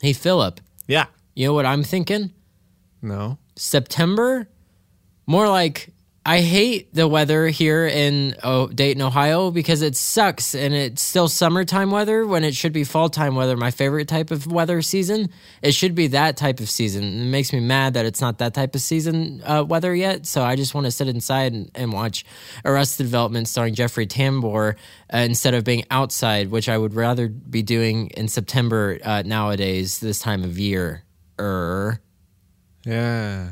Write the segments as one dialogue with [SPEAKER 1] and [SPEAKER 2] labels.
[SPEAKER 1] Hey, Philip,
[SPEAKER 2] Yeah.
[SPEAKER 1] you know what I'm thinking?
[SPEAKER 2] No.
[SPEAKER 1] September? More like I hate the weather here in oh, Dayton, Ohio because it sucks and it's still summertime weather when it should be fall time weather, my favorite type of weather season. It should be that type of season. It makes me mad that it's not that type of season uh, weather yet. So I just want to sit inside and, and watch Arrested Development starring Jeffrey Tambor uh, instead of being outside, which I would rather be doing in September uh, nowadays, this time of year. Er.
[SPEAKER 2] Yeah.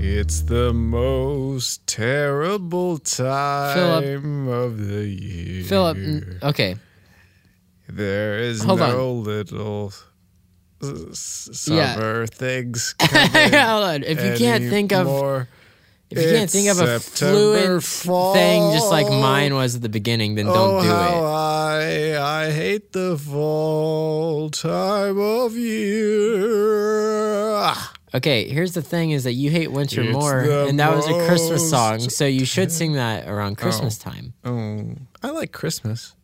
[SPEAKER 2] It's the most terrible time of the year.
[SPEAKER 1] Philip, n- okay.
[SPEAKER 2] There is
[SPEAKER 1] Hold
[SPEAKER 2] no little s- summer things coming.
[SPEAKER 1] Hold on. If you can't think of
[SPEAKER 2] anymore.
[SPEAKER 1] if you can't
[SPEAKER 2] It's
[SPEAKER 1] think of a
[SPEAKER 2] September
[SPEAKER 1] fluent
[SPEAKER 2] fall.
[SPEAKER 1] thing just like mine was at the beginning, then
[SPEAKER 2] oh,
[SPEAKER 1] don't do
[SPEAKER 2] how
[SPEAKER 1] it.
[SPEAKER 2] I I hate the fall time of year. Ah,
[SPEAKER 1] Okay, here's the thing is that you hate winter
[SPEAKER 2] It's
[SPEAKER 1] more
[SPEAKER 2] the
[SPEAKER 1] and that was a Christmas
[SPEAKER 2] most
[SPEAKER 1] song, so you should sing that around Christmas time.
[SPEAKER 2] Oh, I like Christmas.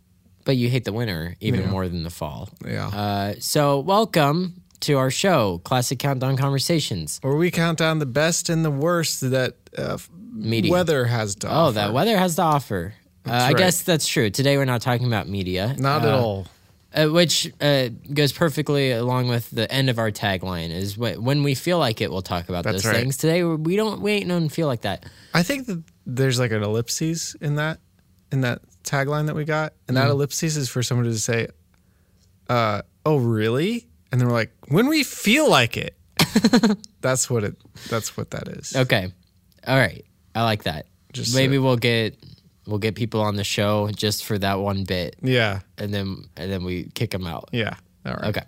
[SPEAKER 1] But you hate the winter even more than the fall.
[SPEAKER 2] Yeah.
[SPEAKER 1] Uh, so welcome to our show, Classic Countdown Conversations.
[SPEAKER 2] Where we count down the best and the worst that uh, f-
[SPEAKER 1] Media.
[SPEAKER 2] weather has to
[SPEAKER 1] Oh,
[SPEAKER 2] offer.
[SPEAKER 1] that weather has to offer. Uh, I
[SPEAKER 2] right.
[SPEAKER 1] guess that's true. Today we're not talking about media.
[SPEAKER 2] Not at all.
[SPEAKER 1] uh, which uh, goes perfectly along with the end of our tagline is wh- when we feel like it we'll talk about
[SPEAKER 2] That's
[SPEAKER 1] those
[SPEAKER 2] right.
[SPEAKER 1] things today we don't we ain't none feel like that
[SPEAKER 2] I think that there's like an ellipses in that in that tagline that we got,
[SPEAKER 1] Mm-hmm.
[SPEAKER 2] and that ellipses is for someone to say, uh, "Oh, really?" And then we're like, "When we feel like it." that's what it. That's what that is.
[SPEAKER 1] okay all right i like that
[SPEAKER 2] Just
[SPEAKER 1] maybe we'll get we'll get people on the show just for that one bit
[SPEAKER 2] Yeah.
[SPEAKER 1] and then and then we kick them out
[SPEAKER 2] Yeah. All right.
[SPEAKER 1] okay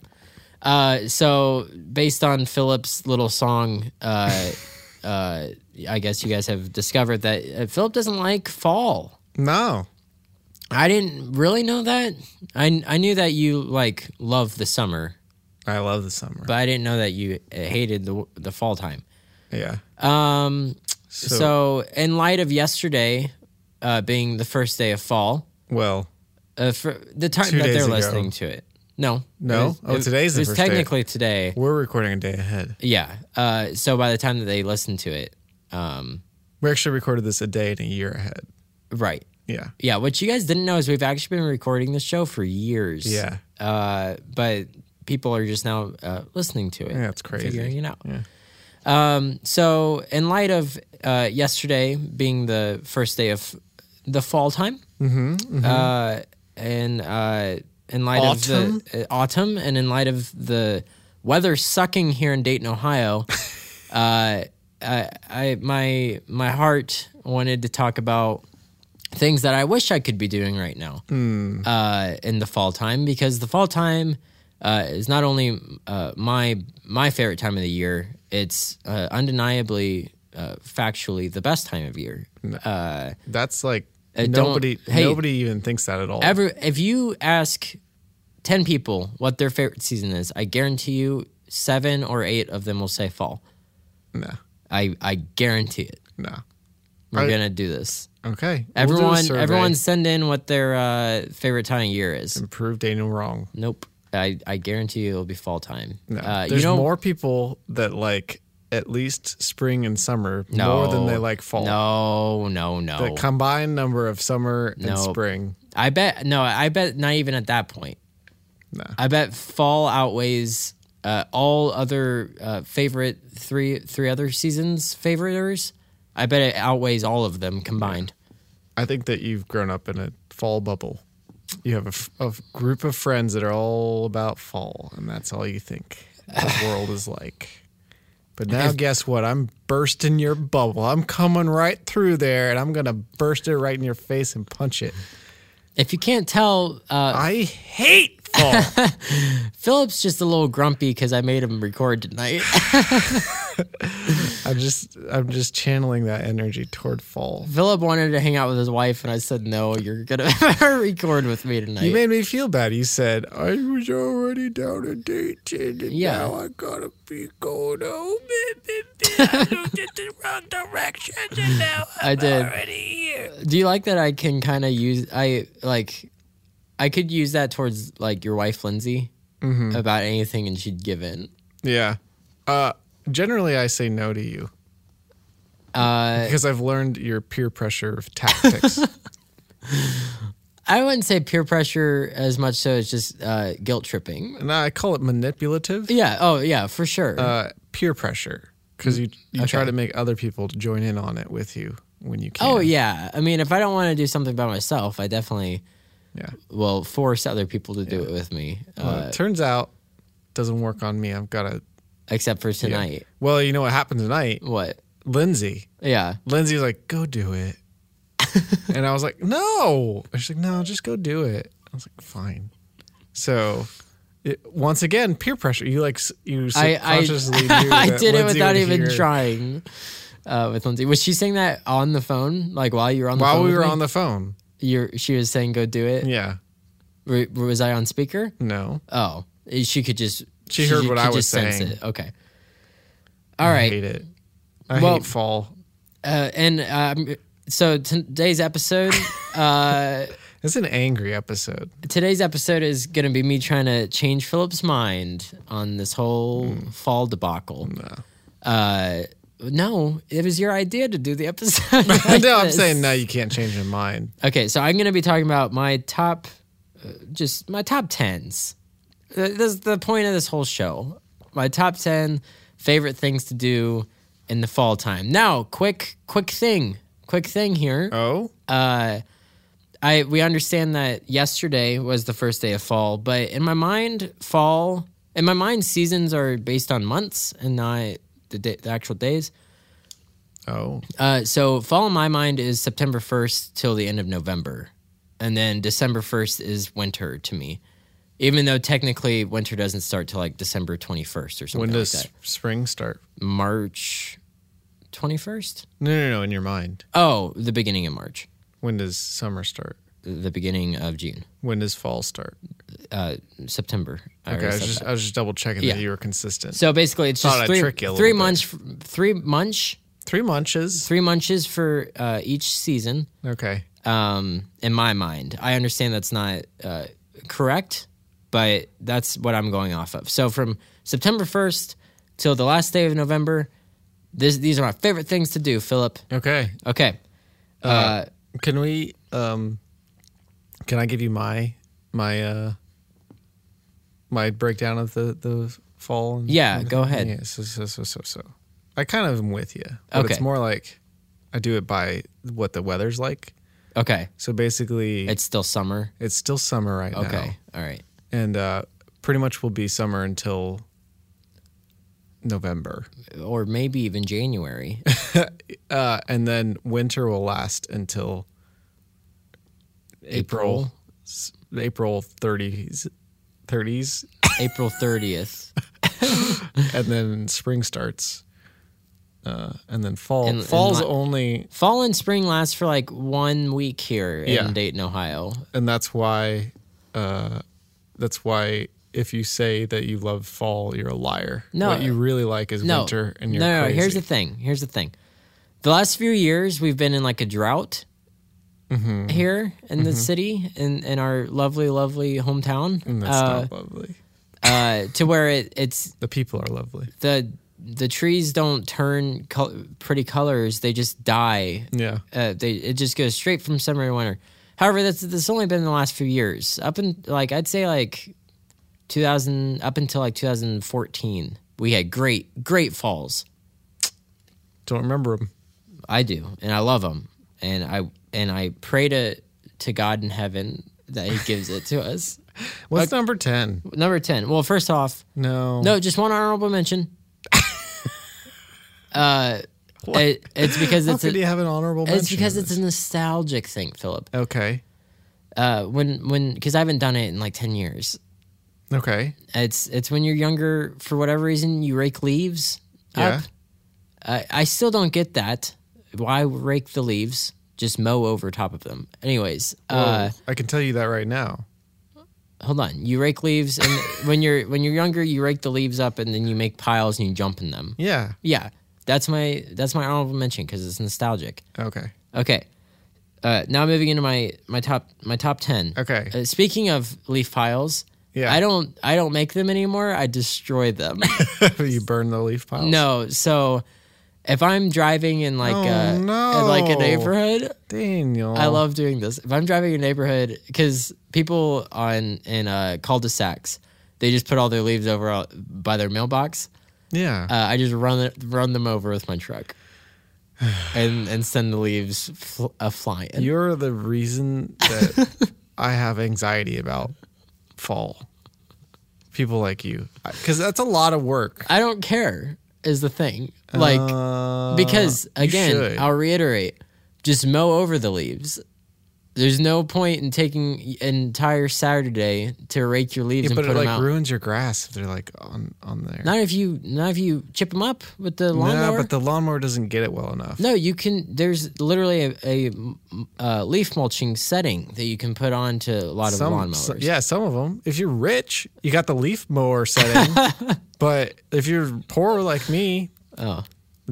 [SPEAKER 1] uh, so based on philip's little song uh, uh, i guess you guys have discovered that uh, philip doesn't like fall
[SPEAKER 2] No.
[SPEAKER 1] I didn't really know that. I I knew that you like love the summer,
[SPEAKER 2] I love the summer.
[SPEAKER 1] but I didn't know that you hated the the fall time.
[SPEAKER 2] yeah.
[SPEAKER 1] Um, so,
[SPEAKER 2] So-
[SPEAKER 1] in light of yesterday uh, being the first day of fall,
[SPEAKER 2] Well,
[SPEAKER 1] uh, for the time
[SPEAKER 2] Two
[SPEAKER 1] that
[SPEAKER 2] days
[SPEAKER 1] they're
[SPEAKER 2] ago.
[SPEAKER 1] listening to it, no,
[SPEAKER 2] No?
[SPEAKER 1] it was,
[SPEAKER 2] Oh,
[SPEAKER 1] it-
[SPEAKER 2] today's the
[SPEAKER 1] it was
[SPEAKER 2] first day.
[SPEAKER 1] technically today.
[SPEAKER 2] we're recording a day ahead.
[SPEAKER 1] Yeah. Uh, so by the time that they listen to it, um,
[SPEAKER 2] We actually recorded this a day and a year ahead.
[SPEAKER 1] right.
[SPEAKER 2] Yeah.
[SPEAKER 1] Yeah, what you guys didn't know is we've actually been recording this show for years.
[SPEAKER 2] Yeah.
[SPEAKER 1] Uh, but people are just now uh, listening to it.
[SPEAKER 2] Yeah, it's crazy.
[SPEAKER 1] Figuring it out.
[SPEAKER 2] Yeah.
[SPEAKER 1] Um, so, in light of uh, yesterday being the first day of the fall time, uh, and uh, in light
[SPEAKER 2] Autumn?
[SPEAKER 1] of the uh, autumn, and in light of the weather sucking here in Dayton, Ohio, uh, I, I my my heart wanted to talk about things that I wish I could be doing right now uh, in the fall time because the fall time uh, is not only uh, my my favorite time of the year; it's uh, undeniably uh, factually the best time of year. Uh,
[SPEAKER 2] That's like
[SPEAKER 1] don't-
[SPEAKER 2] nobody.
[SPEAKER 1] hey.
[SPEAKER 2] nobody even thinks that at all.
[SPEAKER 1] every if you ask ten people what their favorite season is, I guarantee you seven or eight of them will say fall.
[SPEAKER 2] no.
[SPEAKER 1] I I guarantee it.
[SPEAKER 2] No.
[SPEAKER 1] We're
[SPEAKER 2] I-
[SPEAKER 1] gonna do this.
[SPEAKER 2] Okay. We'll do a
[SPEAKER 1] Everyone,
[SPEAKER 2] survey.
[SPEAKER 1] everyone, send in what their uh, favorite time of year is.
[SPEAKER 2] Prove Daniel wrong.
[SPEAKER 1] Nope. I, I guarantee you it'll be fall time.
[SPEAKER 2] No.
[SPEAKER 1] Uh,
[SPEAKER 2] There's
[SPEAKER 1] you know,
[SPEAKER 2] more people that like at least spring and summer more than they like fall.
[SPEAKER 1] No, no, no.
[SPEAKER 2] The combined number of summer and
[SPEAKER 1] No.
[SPEAKER 2] spring.
[SPEAKER 1] I bet no. I bet not even at that point.
[SPEAKER 2] No.
[SPEAKER 1] I bet fall outweighs uh, all other uh, favorite three three other seasons favoriters. I bet it outweighs all of them combined.
[SPEAKER 2] I think that you've grown up in a fall bubble. You have a f- a, f- group of friends that are all about fall, and that's all you think the world is like. But now, guess what? I'm bursting your bubble. I'm coming right through there, and I'm gonna burst it right in your face and punch it.
[SPEAKER 1] If you can't tell, uh,
[SPEAKER 2] I hate fall.
[SPEAKER 1] Philip's just a little grumpy because I made him record tonight.
[SPEAKER 2] I'm just I'm just channeling that energy toward fall.
[SPEAKER 1] Philip wanted to hang out with his wife, and I said, "No, you're gonna record with me tonight."
[SPEAKER 2] You made me feel bad. You said I was already down to date, and
[SPEAKER 1] Yeah.
[SPEAKER 2] now I gotta be going home. I looked in the wrong direction, and now I'm
[SPEAKER 1] I did.
[SPEAKER 2] already here.
[SPEAKER 1] Do you like that? I can kind of use I like, I could use that towards like your wife Lindsay
[SPEAKER 2] Mm-hmm.
[SPEAKER 1] about anything, and she'd give in.
[SPEAKER 2] Yeah. Uh, generally, I say no to you
[SPEAKER 1] Uh,
[SPEAKER 2] because I've learned your peer pressure tactics.
[SPEAKER 1] I wouldn't say peer pressure as much, so it's just uh, guilt tripping.
[SPEAKER 2] and I call it manipulative
[SPEAKER 1] Yeah. Oh, yeah, for sure.
[SPEAKER 2] uh, peer pressure because you you try
[SPEAKER 1] Okay.
[SPEAKER 2] to make other people to join in on it with you when you can.
[SPEAKER 1] oh, yeah. I mean, if I don't want to do something by myself, I definitely
[SPEAKER 2] yeah.
[SPEAKER 1] will force other people to do it with me.
[SPEAKER 2] Well,
[SPEAKER 1] Uh,
[SPEAKER 2] it turns out doesn't work on me. I've got to.
[SPEAKER 1] except for tonight.
[SPEAKER 2] Well, you know what happened tonight?
[SPEAKER 1] What?
[SPEAKER 2] Lindsay.
[SPEAKER 1] Yeah.
[SPEAKER 2] Lindsay's like, go do it. and I was like, no. She's like, no, just go do it. I was like, fine. So. It, once again, peer pressure. You like s- you
[SPEAKER 1] I I,
[SPEAKER 2] subconsciously knew
[SPEAKER 1] I
[SPEAKER 2] that
[SPEAKER 1] did it
[SPEAKER 2] Lindsay
[SPEAKER 1] without
[SPEAKER 2] would
[SPEAKER 1] even
[SPEAKER 2] hear-
[SPEAKER 1] trying. Uh, with Lindsay, was she saying that on the phone? Like while you were on the
[SPEAKER 2] While
[SPEAKER 1] phone
[SPEAKER 2] we
[SPEAKER 1] with
[SPEAKER 2] were
[SPEAKER 1] me?
[SPEAKER 2] on the phone,
[SPEAKER 1] You're, she was saying go do it.
[SPEAKER 2] yeah,
[SPEAKER 1] Were- was I on speaker?
[SPEAKER 2] no,
[SPEAKER 1] Oh, she could just.
[SPEAKER 2] She heard
[SPEAKER 1] could
[SPEAKER 2] what I was
[SPEAKER 1] just sense
[SPEAKER 2] saying.
[SPEAKER 1] It. Okay. All
[SPEAKER 2] I
[SPEAKER 1] right,
[SPEAKER 2] hate it. I
[SPEAKER 1] Well-
[SPEAKER 2] hate fall.
[SPEAKER 1] uh, and um, so today's episode, uh,
[SPEAKER 2] It's an angry episode.
[SPEAKER 1] today's episode is going to be me trying to change Philip's mind on this whole fall debacle. No. Uh, no, it was your idea to do the episode. like
[SPEAKER 2] no, I'm
[SPEAKER 1] this.
[SPEAKER 2] saying no. You can't change your mind.
[SPEAKER 1] Okay, so I'm going to be talking about my top, uh, just my top tens. Th- This is the point of this whole show. My top ten favorite things to do in the fall time. Now, quick, quick thing, quick thing here.
[SPEAKER 2] Oh,
[SPEAKER 1] Uh, I we understand that yesterday was the first day of fall, but in my mind, fall in my mind, seasons are based on months and not the, day, the actual days.
[SPEAKER 2] oh,
[SPEAKER 1] Uh, so fall in my mind is September 1st till the end of November. And then December 1st is winter to me. Even though technically winter doesn't start till like December 21st or something
[SPEAKER 2] when does
[SPEAKER 1] like that.
[SPEAKER 2] s- spring start?
[SPEAKER 1] March 21st?
[SPEAKER 2] No, no, no. In your mind,
[SPEAKER 1] Oh, the beginning of March.
[SPEAKER 2] when does summer start?
[SPEAKER 1] The beginning of June.
[SPEAKER 2] When does fall start?
[SPEAKER 1] Uh, September. I
[SPEAKER 2] Okay, I
[SPEAKER 1] already
[SPEAKER 2] was
[SPEAKER 1] said
[SPEAKER 2] just
[SPEAKER 1] that.
[SPEAKER 2] I was just double checking
[SPEAKER 1] Yeah.
[SPEAKER 2] that you were consistent.
[SPEAKER 1] so basically it's
[SPEAKER 2] Thought
[SPEAKER 1] just
[SPEAKER 2] I'd
[SPEAKER 1] three,
[SPEAKER 2] trick you a little
[SPEAKER 1] three
[SPEAKER 2] bit.
[SPEAKER 1] months f- three munch
[SPEAKER 2] Three munches.
[SPEAKER 1] three munches for uh, each season.
[SPEAKER 2] Okay,
[SPEAKER 1] um, in my mind. I understand that's not uh, correct, but that's what I'm going off of. So from September 1st till the last day of November, this, these are my favorite things to do, Philip.
[SPEAKER 2] okay.
[SPEAKER 1] Okay. Uh,
[SPEAKER 2] Can we? Um, can I give you my my uh my breakdown of the the fall? and-
[SPEAKER 1] yeah, go ahead.
[SPEAKER 2] Yeah, so so so so so. I kind of am with you. But It's
[SPEAKER 1] Okay.
[SPEAKER 2] more like I do it by what the weather's like.
[SPEAKER 1] Okay.
[SPEAKER 2] So basically, it's,
[SPEAKER 1] It's still summer.
[SPEAKER 2] still summer right now.
[SPEAKER 1] Okay. All right.
[SPEAKER 2] And uh, pretty much will be summer until November.
[SPEAKER 1] Or maybe even January.
[SPEAKER 2] Uh, and then winter will last until April. s- April 30s. 30s.
[SPEAKER 1] April 30th.
[SPEAKER 2] and then spring starts. Uh, and then fall.
[SPEAKER 1] And- and
[SPEAKER 2] Fall's
[SPEAKER 1] li-
[SPEAKER 2] only
[SPEAKER 1] Fall and spring last for like one week here in
[SPEAKER 2] Yeah.
[SPEAKER 1] Dayton, Ohio.
[SPEAKER 2] and that's why uh, that's why if you say that you love fall, you're a liar.
[SPEAKER 1] No.
[SPEAKER 2] what you really like is
[SPEAKER 1] no,
[SPEAKER 2] winter, and you're
[SPEAKER 1] no, no,
[SPEAKER 2] crazy.
[SPEAKER 1] here's the thing. Here's the thing. The last few years, we've been in like a drought
[SPEAKER 2] Mm-hmm.
[SPEAKER 1] here in the city, in, in our lovely, lovely hometown,
[SPEAKER 2] and that's
[SPEAKER 1] uh,
[SPEAKER 2] not lovely.
[SPEAKER 1] uh, to where it, it's
[SPEAKER 2] The people are lovely.
[SPEAKER 1] the the trees don't turn col- pretty colors; they just die.
[SPEAKER 2] Yeah,
[SPEAKER 1] Uh, they it just goes straight from summer to winter. However, that's that's only been the last few years. Up in like I'd say like 2000 up until like 2014, we had great great falls.
[SPEAKER 2] don't remember them.
[SPEAKER 1] I do, and I love him, and I and I pray to to God in heaven that He gives it to us.
[SPEAKER 2] What's number ten?
[SPEAKER 1] Number ten. Well, first off,
[SPEAKER 2] No,
[SPEAKER 1] no, just one honorable mention. uh, it, it's because
[SPEAKER 2] How
[SPEAKER 1] it's
[SPEAKER 2] could
[SPEAKER 1] a,
[SPEAKER 2] you have an honorable mention?
[SPEAKER 1] it's because
[SPEAKER 2] in
[SPEAKER 1] it's a
[SPEAKER 2] this?
[SPEAKER 1] nostalgic thing, Philip.
[SPEAKER 2] okay.
[SPEAKER 1] Uh, when when because I haven't done it in like ten years.
[SPEAKER 2] Okay.
[SPEAKER 1] It's it's when you're younger for whatever reason you rake leaves
[SPEAKER 2] Yeah.
[SPEAKER 1] up Uh, I still don't get that. Why rake the leaves? Just mow over top of them. Anyways, uh,
[SPEAKER 2] I can tell you that right now.
[SPEAKER 1] hold on. You rake leaves, and when you're when you're younger, you rake the leaves up, and then you make piles and you jump in them.
[SPEAKER 2] Yeah.
[SPEAKER 1] Yeah, that's my that's my honorable mention because it's nostalgic.
[SPEAKER 2] Okay.
[SPEAKER 1] Okay, uh, now moving into my my top my top ten.
[SPEAKER 2] Okay.
[SPEAKER 1] Uh, speaking of leaf piles,
[SPEAKER 2] Yeah.
[SPEAKER 1] I don't I don't make them anymore. I destroy them.
[SPEAKER 2] you burn the leaf piles.
[SPEAKER 1] no, so if I'm driving in like
[SPEAKER 2] Oh,
[SPEAKER 1] a in like a
[SPEAKER 2] no.
[SPEAKER 1] neighborhood,
[SPEAKER 2] Daniel.
[SPEAKER 1] I love doing this. If I'm driving a neighborhood, because people on in uh, cul-de-sacs, they just put all their leaves over all, by their mailbox.
[SPEAKER 2] Yeah.
[SPEAKER 1] Uh, I just run it, run them over with my truck, and and send the leaves fl- a flying.
[SPEAKER 2] You're the reason that I have anxiety about fall. People like you, because that's a lot of work.
[SPEAKER 1] I don't care is the thing. Like
[SPEAKER 2] Uh,
[SPEAKER 1] because
[SPEAKER 2] you
[SPEAKER 1] again,
[SPEAKER 2] should.
[SPEAKER 1] I'll reiterate, just mow over the leaves. There's no point in taking an entire Saturday to rake your leaves
[SPEAKER 2] yeah,
[SPEAKER 1] and
[SPEAKER 2] but
[SPEAKER 1] put
[SPEAKER 2] it
[SPEAKER 1] them
[SPEAKER 2] like
[SPEAKER 1] out.
[SPEAKER 2] ruins your grass if they're like on on there.
[SPEAKER 1] Not if you not if you chip them up with the lawnmower.
[SPEAKER 2] No, but the lawnmower doesn't get it well enough.
[SPEAKER 1] no, you can. There's literally a, a, mm, uh, leaf mulching setting that you can put on to a lot of
[SPEAKER 2] Some,
[SPEAKER 1] lawnmowers.
[SPEAKER 2] some- yeah, some of them. If you're rich, you got the leaf mower setting. but if you're poor like me,
[SPEAKER 1] Oh.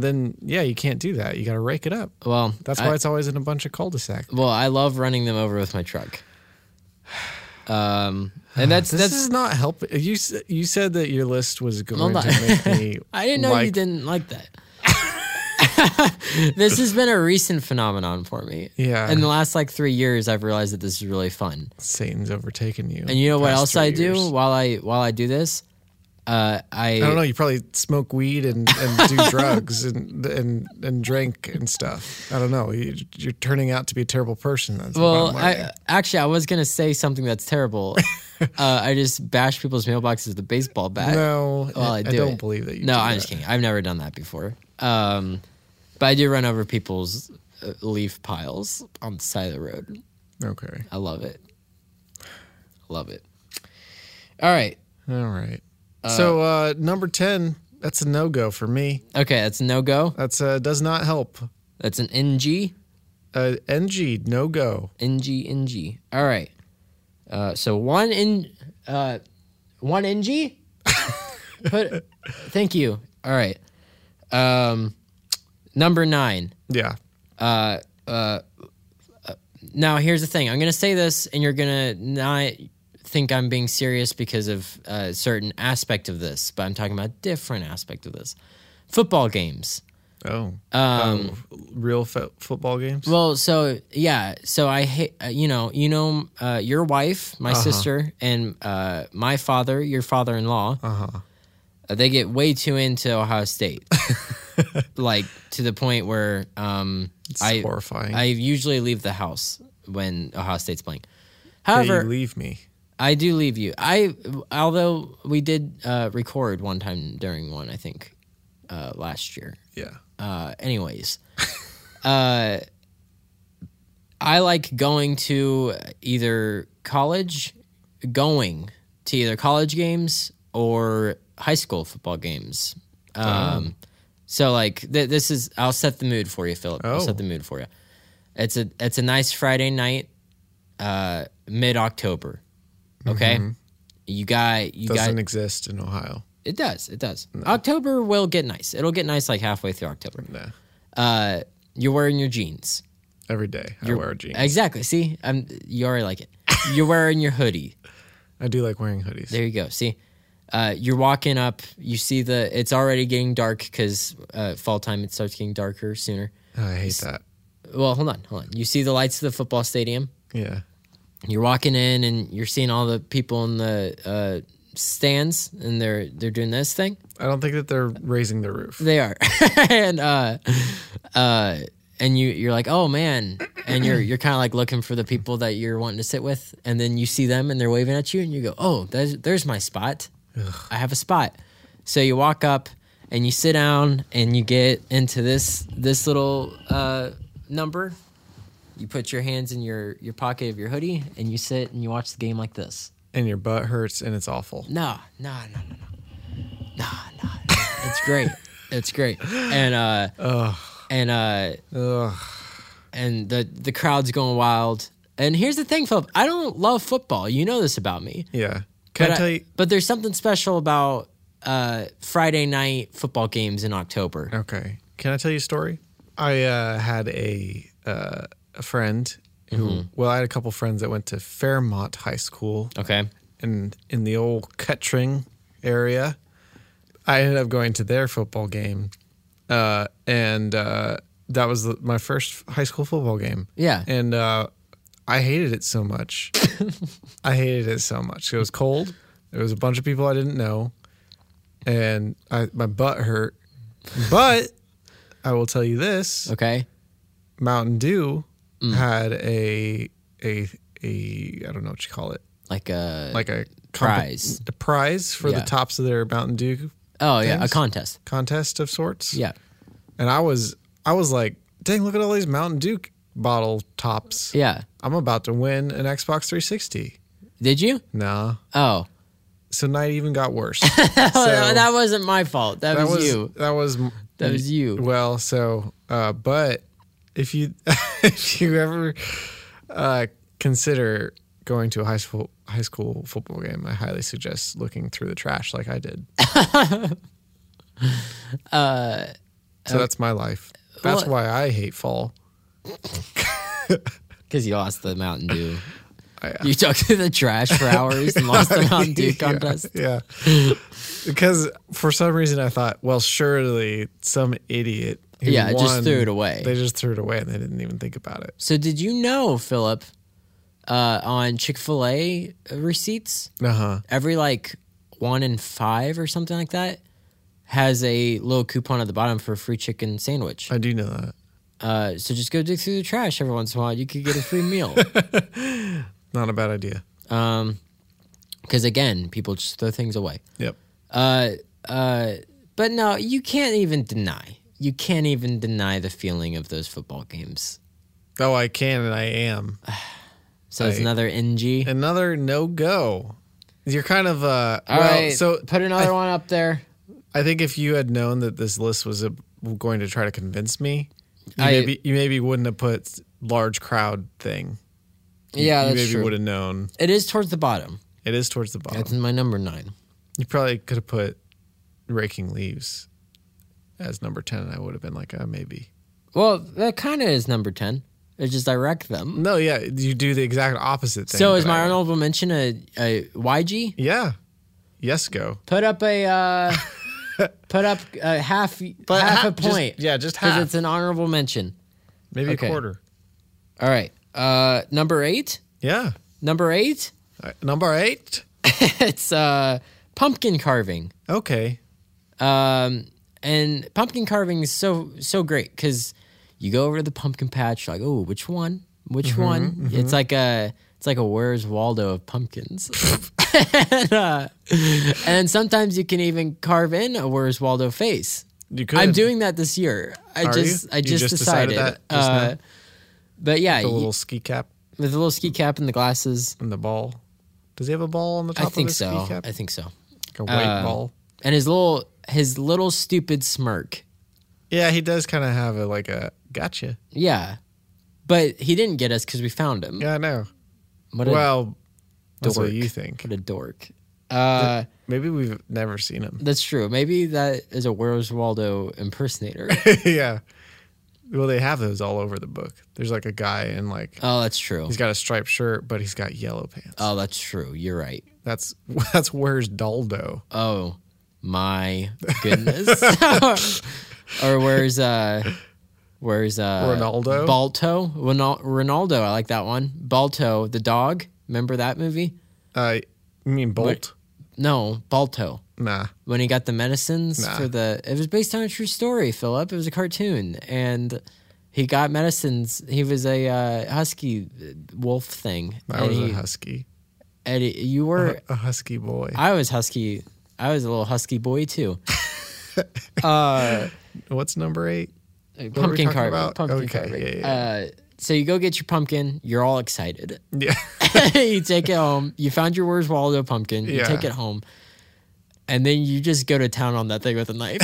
[SPEAKER 2] then yeah, you can't do that. You got to rake it up.
[SPEAKER 1] Well,
[SPEAKER 2] That's
[SPEAKER 1] I-
[SPEAKER 2] why it's always in a bunch of cul-de-sac.
[SPEAKER 1] well, I love running them over with my truck. Um, and that's
[SPEAKER 2] This
[SPEAKER 1] that's.
[SPEAKER 2] is not helping. You s- you said that your list was going
[SPEAKER 1] Hold on.
[SPEAKER 2] to make me.
[SPEAKER 1] I didn't know you
[SPEAKER 2] like-
[SPEAKER 1] didn't like that. this has been a recent phenomenon for me.
[SPEAKER 2] Yeah.
[SPEAKER 1] In the last like three years, I've realized that this is really fun.
[SPEAKER 2] Satan's overtaken you.
[SPEAKER 1] And you know what
[SPEAKER 2] past
[SPEAKER 1] else
[SPEAKER 2] three
[SPEAKER 1] I
[SPEAKER 2] years.
[SPEAKER 1] do while I while I do this? Uh, I
[SPEAKER 2] I don't know. You probably smoke weed and, and do drugs and and and drink and stuff. I don't know. You, you're turning out to be a terrible person. That's
[SPEAKER 1] Well,
[SPEAKER 2] what I'm learning.
[SPEAKER 1] I actually I was gonna say something that's terrible. uh, I just bash people's mailboxes with a baseball bat.
[SPEAKER 2] no,
[SPEAKER 1] well, I
[SPEAKER 2] I,
[SPEAKER 1] do
[SPEAKER 2] not
[SPEAKER 1] it.
[SPEAKER 2] believe that you.
[SPEAKER 1] no,
[SPEAKER 2] do
[SPEAKER 1] I'm
[SPEAKER 2] that.
[SPEAKER 1] just kidding. I've never done that before. Um, but I do run over people's uh, leaf piles on the side of the road.
[SPEAKER 2] Okay.
[SPEAKER 1] I love it. I love it. All right.
[SPEAKER 2] All right. so uh, number ten. That's a no go for me.
[SPEAKER 1] Okay, that's a no go.
[SPEAKER 2] That's uh, does not help.
[SPEAKER 1] That's an NG.
[SPEAKER 2] Uh, NG no go.
[SPEAKER 1] NG NG. All right. Uh, so one in uh, one NG. Put. Thank you. All right. Um, number nine.
[SPEAKER 2] Yeah.
[SPEAKER 1] Now here's the thing. I'm gonna say this, and you're gonna not think I'm being serious because of a certain aspect of this, but I'm talking about a different aspect of this. Football games.
[SPEAKER 2] Oh. oh, real fo- football games.
[SPEAKER 1] Um, Well, so yeah, so I hate uh, you know you know uh, your wife,
[SPEAKER 2] Uh-huh.
[SPEAKER 1] my sister, and uh, my father, your father-in-law. Uh-huh. They get way too into Ohio State, like to the point where um,
[SPEAKER 2] It's
[SPEAKER 1] I
[SPEAKER 2] horrifying.
[SPEAKER 1] I usually leave the house when Ohio State's playing.
[SPEAKER 2] Yeah,
[SPEAKER 1] However,
[SPEAKER 2] you leave me.
[SPEAKER 1] I do leave you. I although we did uh, record one time during one, I think uh, last year
[SPEAKER 2] Yeah.
[SPEAKER 1] uh, anyways, uh, I like going to either college, going to either college games or high school football games. Um, So like th- this is I'll set the mood for you, Philip. I'll
[SPEAKER 2] Oh.
[SPEAKER 1] set the mood for you. It's a it's a nice Friday night, uh, mid October. Okay, you got you got
[SPEAKER 2] Mm-hmm. Doesn't exist in Ohio.
[SPEAKER 1] it does. It does. October will get nice. It'll get nice like halfway through October.
[SPEAKER 2] No.
[SPEAKER 1] Uh, you're wearing your jeans.
[SPEAKER 2] Every day I wear jeans.
[SPEAKER 1] Exactly. See, I'm, you already like it. You're wearing your hoodie.
[SPEAKER 2] I do like wearing hoodies.
[SPEAKER 1] There you go. See, uh, you're walking up. You see the. It's already getting dark because uh, fall time. It starts getting darker sooner.
[SPEAKER 2] Oh, I hate that.
[SPEAKER 1] Well, hold on, hold on. You see the lights of the football stadium.
[SPEAKER 2] Yeah.
[SPEAKER 1] You're walking in and you're seeing all the people in the uh, stands, and they're they're doing this thing.
[SPEAKER 2] I don't think that they're raising the roof.
[SPEAKER 1] They are, and uh, uh, and you you're like, oh man, and you're you're kind of like looking for the people that you're wanting to sit with, and then you see them and they're waving at you, and you go, oh, there's there's my spot, I have a spot. So you walk up and you sit down and you get into this this little uh, number. You put your hands in your your pocket of your hoodie and you sit and you watch the game like this.
[SPEAKER 2] And your butt hurts and it's awful.
[SPEAKER 1] No, no, no, no, no, no, no. It's great. It's great. And uh and uh
[SPEAKER 2] Ugh.
[SPEAKER 1] and the the crowd's going wild. And here's the thing, Philip. I don't love football. You know this about me.
[SPEAKER 2] Yeah. Can I
[SPEAKER 1] but,
[SPEAKER 2] tell
[SPEAKER 1] I-
[SPEAKER 2] you?
[SPEAKER 1] but there's something special about uh, Friday night football games in October.
[SPEAKER 2] Okay. Can I tell you a story? I uh, had a uh, a friend who,
[SPEAKER 1] Mm-hmm.
[SPEAKER 2] well, I had a couple friends that went to Fairmont High School
[SPEAKER 1] Okay.
[SPEAKER 2] and in the old Kettering area. I ended up going to their football game, uh, and uh, that was the, my first high school football game.
[SPEAKER 1] Yeah.
[SPEAKER 2] and uh, I hated it so much. I hated it so much. It was cold. There was a bunch of people I didn't know, and I, my butt hurt. But I will tell you this:
[SPEAKER 1] Okay. Mm.
[SPEAKER 2] Mountain Dew had a a a I don't know what you call it,
[SPEAKER 1] Like uh, a
[SPEAKER 2] like a
[SPEAKER 1] Prize.
[SPEAKER 2] a prize for
[SPEAKER 1] Yeah.
[SPEAKER 2] the tops of their Mountain Dew
[SPEAKER 1] oh yeah a
[SPEAKER 2] things?
[SPEAKER 1] contest.
[SPEAKER 2] contest of sorts.
[SPEAKER 1] Yeah.
[SPEAKER 2] and I was I was like, dang, look at all these Mountain Dew bottle tops.
[SPEAKER 1] Yeah.
[SPEAKER 2] I'm about to win an Xbox 360.
[SPEAKER 1] Did you?
[SPEAKER 2] Nah.
[SPEAKER 1] Oh.
[SPEAKER 2] So night even got worse. so
[SPEAKER 1] Well, that wasn't my fault. That, was, you.
[SPEAKER 2] That was
[SPEAKER 1] That was you.
[SPEAKER 2] Well, so uh, but if you if you ever uh, consider going to a high school high school football game, I highly suggest looking through the trash like I did. so that's my life. That's
[SPEAKER 1] Uh, well-
[SPEAKER 2] why I hate fall.
[SPEAKER 1] Because you lost the Mountain Dew.
[SPEAKER 2] Oh, yeah.
[SPEAKER 1] You took to the trash for hours and lost the Mountain Dew contest.
[SPEAKER 2] Yeah. because for some reason I thought, well, surely some idiot. who
[SPEAKER 1] Yeah, just
[SPEAKER 2] won-
[SPEAKER 1] threw it away.
[SPEAKER 2] They just threw it away and they didn't even think about it.
[SPEAKER 1] So did you know, Philip, uh, on Chick Fil A receipts,
[SPEAKER 2] Uh huh.
[SPEAKER 1] every like one in five or something like that has a little coupon at the bottom for a free chicken sandwich.
[SPEAKER 2] I do know that.
[SPEAKER 1] Uh, so just go dig through the trash every once in a while. You could get a free meal.
[SPEAKER 2] Not a bad idea.
[SPEAKER 1] Because again, people just throw things away.
[SPEAKER 2] Yep.
[SPEAKER 1] Uh, uh, but no, you can't even deny. You can't even deny the feeling of those football games.
[SPEAKER 2] Oh, I can and I am.
[SPEAKER 1] So it's
[SPEAKER 2] I-
[SPEAKER 1] another NG.
[SPEAKER 2] Another no go. You're kind of uh
[SPEAKER 1] All
[SPEAKER 2] well,
[SPEAKER 1] right,
[SPEAKER 2] so
[SPEAKER 1] put another one up there.
[SPEAKER 2] I think if you had known that this list was a, going to try to convince me, you
[SPEAKER 1] I-
[SPEAKER 2] maybe you maybe wouldn't have put large crowd thing.
[SPEAKER 1] Yeah,
[SPEAKER 2] you
[SPEAKER 1] that's
[SPEAKER 2] maybe
[SPEAKER 1] true.
[SPEAKER 2] would have known.
[SPEAKER 1] It is towards the bottom.
[SPEAKER 2] It is towards the bottom.
[SPEAKER 1] That's my number nine.
[SPEAKER 2] You probably could have put raking leaves as number ten, and I would have been like, uh, maybe.
[SPEAKER 1] Well, that kind of is number ten. It just I wrecked them.
[SPEAKER 2] No, yeah, you do the exact opposite thing.
[SPEAKER 1] So is
[SPEAKER 2] that
[SPEAKER 1] my
[SPEAKER 2] I-
[SPEAKER 1] honorable mention a, a YG?
[SPEAKER 2] Yeah. Yes, go.
[SPEAKER 1] Put up a uh, put up a half half
[SPEAKER 2] ha-
[SPEAKER 1] a
[SPEAKER 2] just-
[SPEAKER 1] point.
[SPEAKER 2] yeah, just
[SPEAKER 1] because
[SPEAKER 2] half.
[SPEAKER 1] it's an honorable mention.
[SPEAKER 2] Maybe
[SPEAKER 1] Okay.
[SPEAKER 2] a quarter.
[SPEAKER 1] All right, uh, number eight.
[SPEAKER 2] Yeah.
[SPEAKER 1] Number eight.
[SPEAKER 2] All right, Uh, Number eight.
[SPEAKER 1] it's uh, pumpkin carving.
[SPEAKER 2] Okay.
[SPEAKER 1] Um, and pumpkin carving is so so great because you go over to the pumpkin patch, you're like, oh, which one? Which
[SPEAKER 2] Mm-hmm,
[SPEAKER 1] one? It's like a it's like a Where's Waldo of pumpkins. and, uh, and sometimes you can even carve in a Where's Waldo face.
[SPEAKER 2] You could.
[SPEAKER 1] I'm doing that this year. I
[SPEAKER 2] Are
[SPEAKER 1] just
[SPEAKER 2] you?
[SPEAKER 1] I
[SPEAKER 2] You
[SPEAKER 1] just,
[SPEAKER 2] just
[SPEAKER 1] decided.
[SPEAKER 2] decided that just
[SPEAKER 1] uh,
[SPEAKER 2] now?
[SPEAKER 1] But yeah,
[SPEAKER 2] the
[SPEAKER 1] you-
[SPEAKER 2] little ski cap
[SPEAKER 1] with a little ski cap and the glasses.
[SPEAKER 2] and the ball. Does he have a ball on the top
[SPEAKER 1] I think
[SPEAKER 2] of his
[SPEAKER 1] so. uh,
[SPEAKER 2] ski cap?
[SPEAKER 1] I think so.
[SPEAKER 2] Like a white ball.
[SPEAKER 1] And his little his little stupid smirk.
[SPEAKER 2] Yeah, he does kind of have a like a gotcha.
[SPEAKER 1] Yeah. But he didn't get us because we found him.
[SPEAKER 2] Yeah, I know.
[SPEAKER 1] What a,
[SPEAKER 2] Well, that's what
[SPEAKER 1] dork.
[SPEAKER 2] you think.
[SPEAKER 1] what a dork. Uh,
[SPEAKER 2] Maybe we've never seen him.
[SPEAKER 1] that's true. Maybe that is a Where's Waldo impersonator.
[SPEAKER 2] yeah. Well, they have those all over the book. There's like a guy in like
[SPEAKER 1] oh, that's true.
[SPEAKER 2] he's got a striped shirt, but he's got yellow pants.
[SPEAKER 1] Oh, that's true. You're right.
[SPEAKER 2] That's that's where's Daldo.
[SPEAKER 1] Oh my goodness. or where's uh where's uh
[SPEAKER 2] Ronaldo?
[SPEAKER 1] Balto? Ronal- Ronaldo, I like that one. Balto, the dog. Remember that movie?
[SPEAKER 2] Uh, I mean Bolt.
[SPEAKER 1] No, Balto.
[SPEAKER 2] Nah.
[SPEAKER 1] when he got the medicines
[SPEAKER 2] Nah.
[SPEAKER 1] for the it was based on a true story philip it was a cartoon and he got medicines he was a uh, husky wolf thing
[SPEAKER 2] I
[SPEAKER 1] and,
[SPEAKER 2] was
[SPEAKER 1] he,
[SPEAKER 2] a Uh-huh. husky.
[SPEAKER 1] and he- you were
[SPEAKER 2] A husky boy.
[SPEAKER 1] i was husky i was a little husky boy too
[SPEAKER 2] What's number eight? we
[SPEAKER 1] pumpkin
[SPEAKER 2] talking
[SPEAKER 1] carving
[SPEAKER 2] about?
[SPEAKER 1] pumpkin
[SPEAKER 2] Okay,
[SPEAKER 1] carving
[SPEAKER 2] yeah,
[SPEAKER 1] Uh, so you go get your pumpkin you're all excited
[SPEAKER 2] Yeah.
[SPEAKER 1] you take it home you found your where's waldo pumpkin you
[SPEAKER 2] Yeah.
[SPEAKER 1] take it home and then you just go to town on that thing with a knife.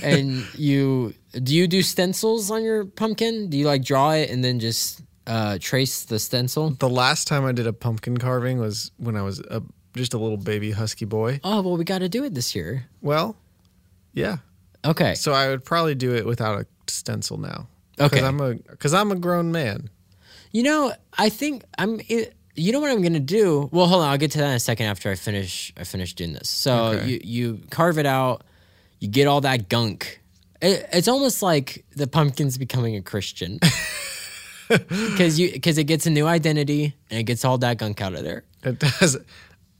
[SPEAKER 1] and, and you do you do stencils on your pumpkin? Do you like draw it and then just uh, trace the stencil?
[SPEAKER 2] The last time I did a pumpkin carving was when I was a, just a little baby husky boy.
[SPEAKER 1] Oh well, we got to do it this year.
[SPEAKER 2] Well, yeah.
[SPEAKER 1] Okay,
[SPEAKER 2] So I would probably do it without a stencil now.
[SPEAKER 1] Okay.
[SPEAKER 2] Because I'm a because I'm a grown man.
[SPEAKER 1] you know I think I'm. It, you know what I'm gonna do? Well, hold on. I'll get to that in a second after I finish. I finish doing this. So
[SPEAKER 2] Okay.
[SPEAKER 1] you you carve it out. You get all that gunk. It, it's almost like the pumpkin's becoming a Christian. Because you, because it gets a new identity and it gets all that gunk out of there.
[SPEAKER 2] It does.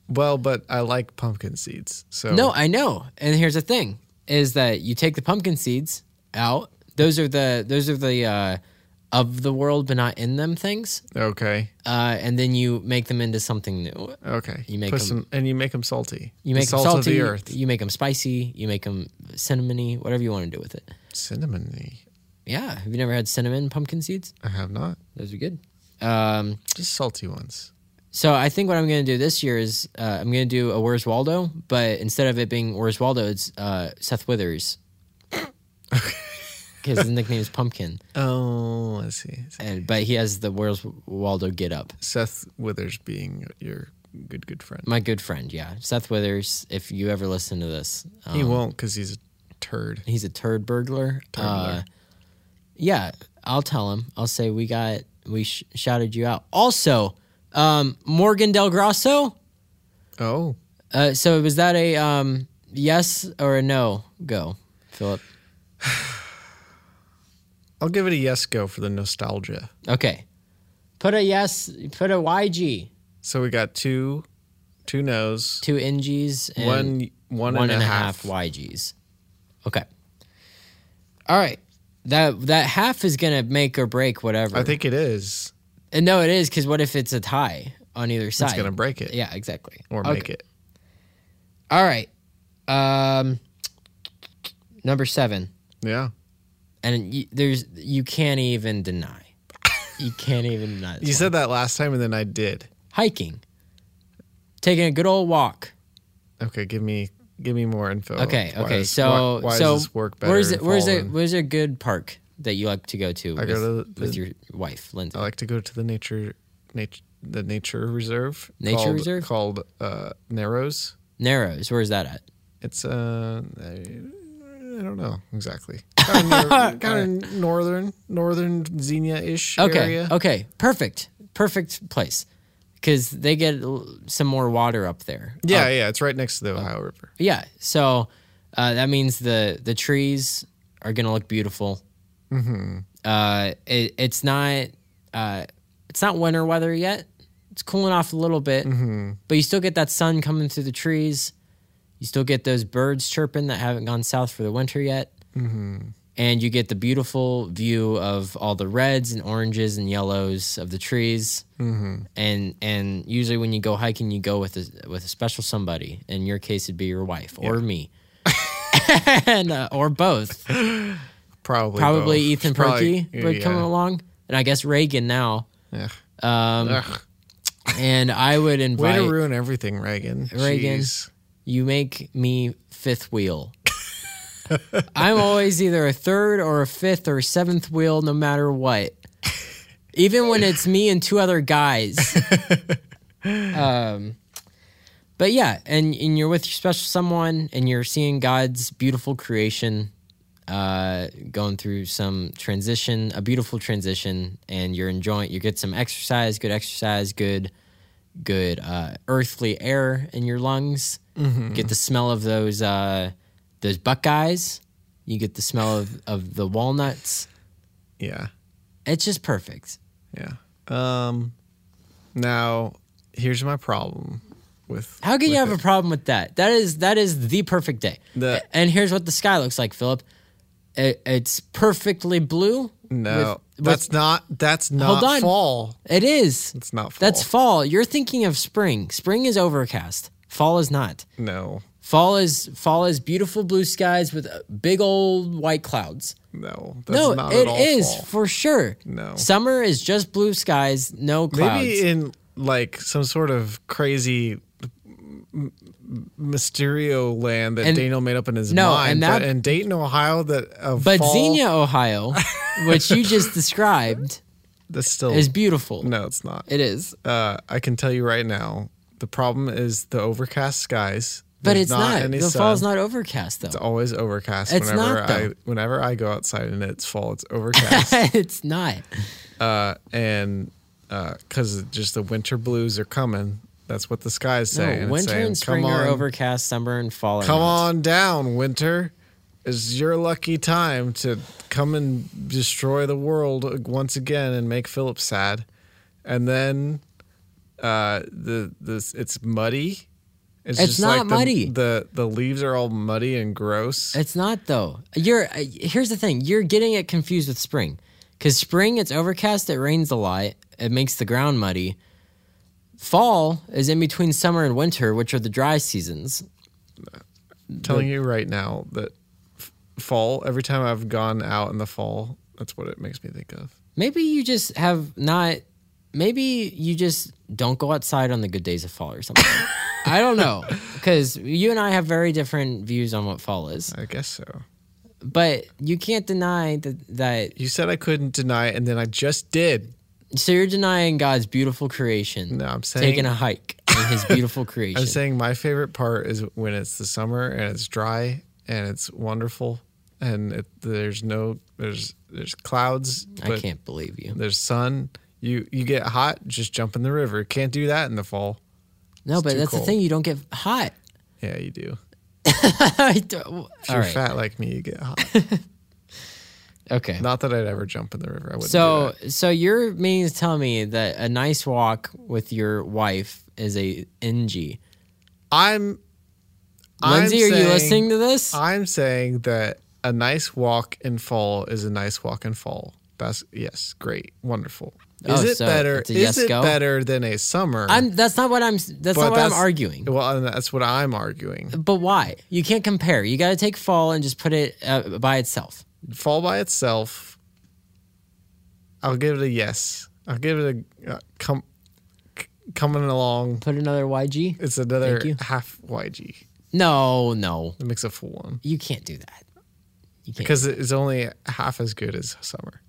[SPEAKER 2] Well, but I like pumpkin seeds. So
[SPEAKER 1] No, I know. And here's the thing: is that you take the pumpkin seeds out. Those are the those are the uh, of the world but not in them things,
[SPEAKER 2] Okay.
[SPEAKER 1] uh, and then you make them into something new.
[SPEAKER 2] Okay.
[SPEAKER 1] You make
[SPEAKER 2] Put
[SPEAKER 1] 'em-
[SPEAKER 2] some and you make them salty.
[SPEAKER 1] You make
[SPEAKER 2] the
[SPEAKER 1] 'em
[SPEAKER 2] salt
[SPEAKER 1] salty.
[SPEAKER 2] of the earth.
[SPEAKER 1] You make them spicy. You make them cinnamony. Whatever you want to do with it.
[SPEAKER 2] Cinnamony.
[SPEAKER 1] Yeah. Have you never had cinnamon pumpkin seeds?
[SPEAKER 2] I have not.
[SPEAKER 1] Those are good. Um,
[SPEAKER 2] Just salty ones.
[SPEAKER 1] so I think what I'm going to do this year is uh, I'm going to do a Where's Waldo, but instead of it being Where's Waldo, it's uh, Seth Withers. Because his nickname is Pumpkin.
[SPEAKER 2] Oh, I see. I see.
[SPEAKER 1] and but he has the Where's Waldo get up.
[SPEAKER 2] Seth Withers being your good good friend.
[SPEAKER 1] My good friend, yeah, Seth Withers. If you ever listen to this, um,
[SPEAKER 2] he won't because he's a turd.
[SPEAKER 1] he's a turd burglar. Uh,
[SPEAKER 2] burglar.
[SPEAKER 1] yeah, I'll tell him. I'll say we got we sh- shouted you out. Also, um, Morgan Del Grosso.
[SPEAKER 2] Oh.
[SPEAKER 1] Uh, so was that a um, yes or a no? Go, Philip.
[SPEAKER 2] I'll give it a yes go for the nostalgia.
[SPEAKER 1] Okay, put a yes. Put a YG.
[SPEAKER 2] So we got two two no's.
[SPEAKER 1] Two NGs and
[SPEAKER 2] One one
[SPEAKER 1] one and a half YGs. Okay. All right. That that half is gonna make or break whatever.
[SPEAKER 2] I think it is.
[SPEAKER 1] and no, it is because what if it's a tie on either side?
[SPEAKER 2] It's gonna break it
[SPEAKER 1] Yeah, exactly.
[SPEAKER 2] or
[SPEAKER 1] Okay.
[SPEAKER 2] make it.
[SPEAKER 1] All right. Um, number seven,
[SPEAKER 2] Yeah.
[SPEAKER 1] and you, there's you can't even deny. You can't even deny. This
[SPEAKER 2] You
[SPEAKER 1] one.
[SPEAKER 2] said that last time and then I did.
[SPEAKER 1] hiking, taking a good old walk.
[SPEAKER 2] Okay, give me give me more info.
[SPEAKER 1] Okay.
[SPEAKER 2] Oh, Why
[SPEAKER 1] okay.
[SPEAKER 2] does-
[SPEAKER 1] so
[SPEAKER 2] why, why
[SPEAKER 1] so
[SPEAKER 2] does this work better?
[SPEAKER 1] Where's
[SPEAKER 2] in
[SPEAKER 1] it, where's
[SPEAKER 2] fall
[SPEAKER 1] a
[SPEAKER 2] and-
[SPEAKER 1] where's a good park that you like to go to?
[SPEAKER 2] I
[SPEAKER 1] with,
[SPEAKER 2] go to the-
[SPEAKER 1] with your wife, Lindsay.
[SPEAKER 2] I like to go to the nature nature the nature reserve.
[SPEAKER 1] Nature
[SPEAKER 2] called,
[SPEAKER 1] reserve?
[SPEAKER 2] called uh Narrows.
[SPEAKER 1] Narrows. Where's that at?
[SPEAKER 2] It's uh I, I don't know exactly. Kind of, nor- kind of northern northern Xenia ish
[SPEAKER 1] Okay. Oh,
[SPEAKER 2] area.
[SPEAKER 1] Okay. Perfect. Perfect place. Because they get l- some more water up there.
[SPEAKER 2] Yeah, yeah, it's right next to the
[SPEAKER 1] Oh.
[SPEAKER 2] Ohio River.
[SPEAKER 1] Yeah. So uh, that means the the trees are gonna look beautiful. Mm-hmm. Uh, it, it's not uh, it's not winter weather yet. It's cooling off a little bit, but you still get that sun coming through the trees. You still get those birds chirping that haven't gone south for the winter yet. Mm-hmm. And you get the beautiful view of all the reds and oranges and yellows of the trees. Mm-hmm. And and usually when you go hiking, you go with a with a special somebody. In your case, it'd be your wife or me, and uh, or both
[SPEAKER 2] Probably
[SPEAKER 1] probably
[SPEAKER 2] both.
[SPEAKER 1] Ethan
[SPEAKER 2] Probably-
[SPEAKER 1] Perky would come along, and I guess Reagan now.
[SPEAKER 2] Yeah.
[SPEAKER 1] Um,
[SPEAKER 2] Ugh.
[SPEAKER 1] and I would
[SPEAKER 2] Way to
[SPEAKER 1] invite
[SPEAKER 2] ruin everything, Reagan.
[SPEAKER 1] Reagan.
[SPEAKER 2] Jeez.
[SPEAKER 1] you make me fifth wheel. I'm always either a third or a fifth or a seventh wheel, no matter what. Even when it's me and two other guys. um, but yeah, and, and you're with your special someone, and you're seeing God's beautiful creation uh, going through some transition, a beautiful transition, and you're enjoying. You get some exercise, good exercise, good, good uh, earthly air in your lungs.
[SPEAKER 2] Mm-hmm.
[SPEAKER 1] Get the smell of those uh, those buckeyes. You get the smell of of the walnuts.
[SPEAKER 2] Yeah.
[SPEAKER 1] It's just perfect.
[SPEAKER 2] Yeah. Um now here's my problem with
[SPEAKER 1] How can
[SPEAKER 2] with
[SPEAKER 1] you have a
[SPEAKER 2] it.
[SPEAKER 1] problem with that? That is that is the perfect day.
[SPEAKER 2] The-
[SPEAKER 1] and here's what the sky looks like, Philip. It, it's perfectly blue.
[SPEAKER 2] No.
[SPEAKER 1] with-
[SPEAKER 2] that's not that's not
[SPEAKER 1] on.
[SPEAKER 2] fall.
[SPEAKER 1] It is.
[SPEAKER 2] It's not fall.
[SPEAKER 1] That's fall. You're thinking of spring. Spring is overcast. Fall is not.
[SPEAKER 2] no.
[SPEAKER 1] Fall is fall is beautiful blue skies with uh, big old white clouds.
[SPEAKER 2] No. That's
[SPEAKER 1] no,
[SPEAKER 2] not
[SPEAKER 1] it
[SPEAKER 2] at all
[SPEAKER 1] is
[SPEAKER 2] fall.
[SPEAKER 1] for sure.
[SPEAKER 2] No.
[SPEAKER 1] Summer is just blue skies, no clouds.
[SPEAKER 2] Maybe in like some sort of crazy m- m- Mysterio land that
[SPEAKER 1] And-
[SPEAKER 2] Daniel made up in his
[SPEAKER 1] No,
[SPEAKER 2] mind,
[SPEAKER 1] and that-
[SPEAKER 2] but in Dayton, Ohio, that of
[SPEAKER 1] But
[SPEAKER 2] fall,
[SPEAKER 1] Xenia, Ohio, which you just described,
[SPEAKER 2] that's still
[SPEAKER 1] is beautiful.
[SPEAKER 2] no, it's not.
[SPEAKER 1] It is.
[SPEAKER 2] uh, I can tell you right now, the problem is the overcast skies.
[SPEAKER 1] But
[SPEAKER 2] There's
[SPEAKER 1] it's not.
[SPEAKER 2] any
[SPEAKER 1] The
[SPEAKER 2] sun.
[SPEAKER 1] fall's not overcast, though.
[SPEAKER 2] It's always overcast.
[SPEAKER 1] It's
[SPEAKER 2] whenever
[SPEAKER 1] not,
[SPEAKER 2] I
[SPEAKER 1] though.
[SPEAKER 2] whenever I go outside and it's fall, it's overcast.
[SPEAKER 1] it's not.
[SPEAKER 2] uh, and because just the winter blues are coming. That's what the sky's
[SPEAKER 1] No,
[SPEAKER 2] saying. It's
[SPEAKER 1] winter
[SPEAKER 2] saying,
[SPEAKER 1] and spring
[SPEAKER 2] come
[SPEAKER 1] are
[SPEAKER 2] on,
[SPEAKER 1] overcast, summer and fall.
[SPEAKER 2] Come on down, winter. It's your lucky time to come and destroy the world once again and make Philip sad. And then uh, the this it's muddy.
[SPEAKER 1] It's
[SPEAKER 2] just
[SPEAKER 1] not
[SPEAKER 2] like the-
[SPEAKER 1] muddy.
[SPEAKER 2] The, the leaves are all muddy and gross.
[SPEAKER 1] It's not though. You're uh, here's the thing. You're getting it confused with spring, because spring it's overcast, it rains a lot, it makes the ground muddy. Fall is in between summer and winter, which are the dry seasons.
[SPEAKER 2] I'm telling you right now that f- fall. Every time I've gone out in the fall, that's what it makes me think of.
[SPEAKER 1] Maybe you just have not. Maybe you just don't go outside on the good days of fall or something. I don't know, because you and I have very different views on what fall is.
[SPEAKER 2] I guess so.
[SPEAKER 1] But you can't deny that. that
[SPEAKER 2] You said I couldn't deny it, and then I just did.
[SPEAKER 1] so you're denying God's beautiful creation.
[SPEAKER 2] No, I'm saying
[SPEAKER 1] taking a hike in His beautiful creation.
[SPEAKER 2] I'm saying my favorite part is when it's the summer and it's dry and it's wonderful and it, there's no there's there's clouds but
[SPEAKER 1] I can't believe you.
[SPEAKER 2] there's sun. You you get hot, just jump in the river. Can't do that in the fall.
[SPEAKER 1] No, but
[SPEAKER 2] too
[SPEAKER 1] that's the
[SPEAKER 2] cold.
[SPEAKER 1] thing. You don't get hot.
[SPEAKER 2] Yeah, you do.
[SPEAKER 1] I don't- All
[SPEAKER 2] If you're
[SPEAKER 1] right.
[SPEAKER 2] fat like me, you get hot.
[SPEAKER 1] Okay.
[SPEAKER 2] Not that I'd ever jump in the river. I wouldn't. do
[SPEAKER 1] So,
[SPEAKER 2] that.
[SPEAKER 1] so you're meaning to tell me that a nice walk with your wife is a ng.
[SPEAKER 2] I'm
[SPEAKER 1] Lindsay, are
[SPEAKER 2] I'm
[SPEAKER 1] you
[SPEAKER 2] saying-
[SPEAKER 1] listening to this?
[SPEAKER 2] I'm saying that a nice walk in fall is a nice walk in fall. That's yes, great, wonderful. Is
[SPEAKER 1] Oh,
[SPEAKER 2] it
[SPEAKER 1] so
[SPEAKER 2] better?
[SPEAKER 1] it's a
[SPEAKER 2] is
[SPEAKER 1] yes
[SPEAKER 2] it
[SPEAKER 1] go?
[SPEAKER 2] better than a summer?
[SPEAKER 1] I'm. That's not what I'm. That's not what I'm arguing.
[SPEAKER 2] Well, and that's what I'm arguing.
[SPEAKER 1] But why? You can't compare. You got to take fall and just put it uh, by itself.
[SPEAKER 2] Fall by itself, I'll give it a yes. I'll give it a uh, come c- coming along.
[SPEAKER 1] Put another YG.
[SPEAKER 2] It's another
[SPEAKER 1] Thank you.
[SPEAKER 2] half YG.
[SPEAKER 1] No, no,
[SPEAKER 2] It makes a full one
[SPEAKER 1] you can't do that. You can't.
[SPEAKER 2] because it's only half as good as summer.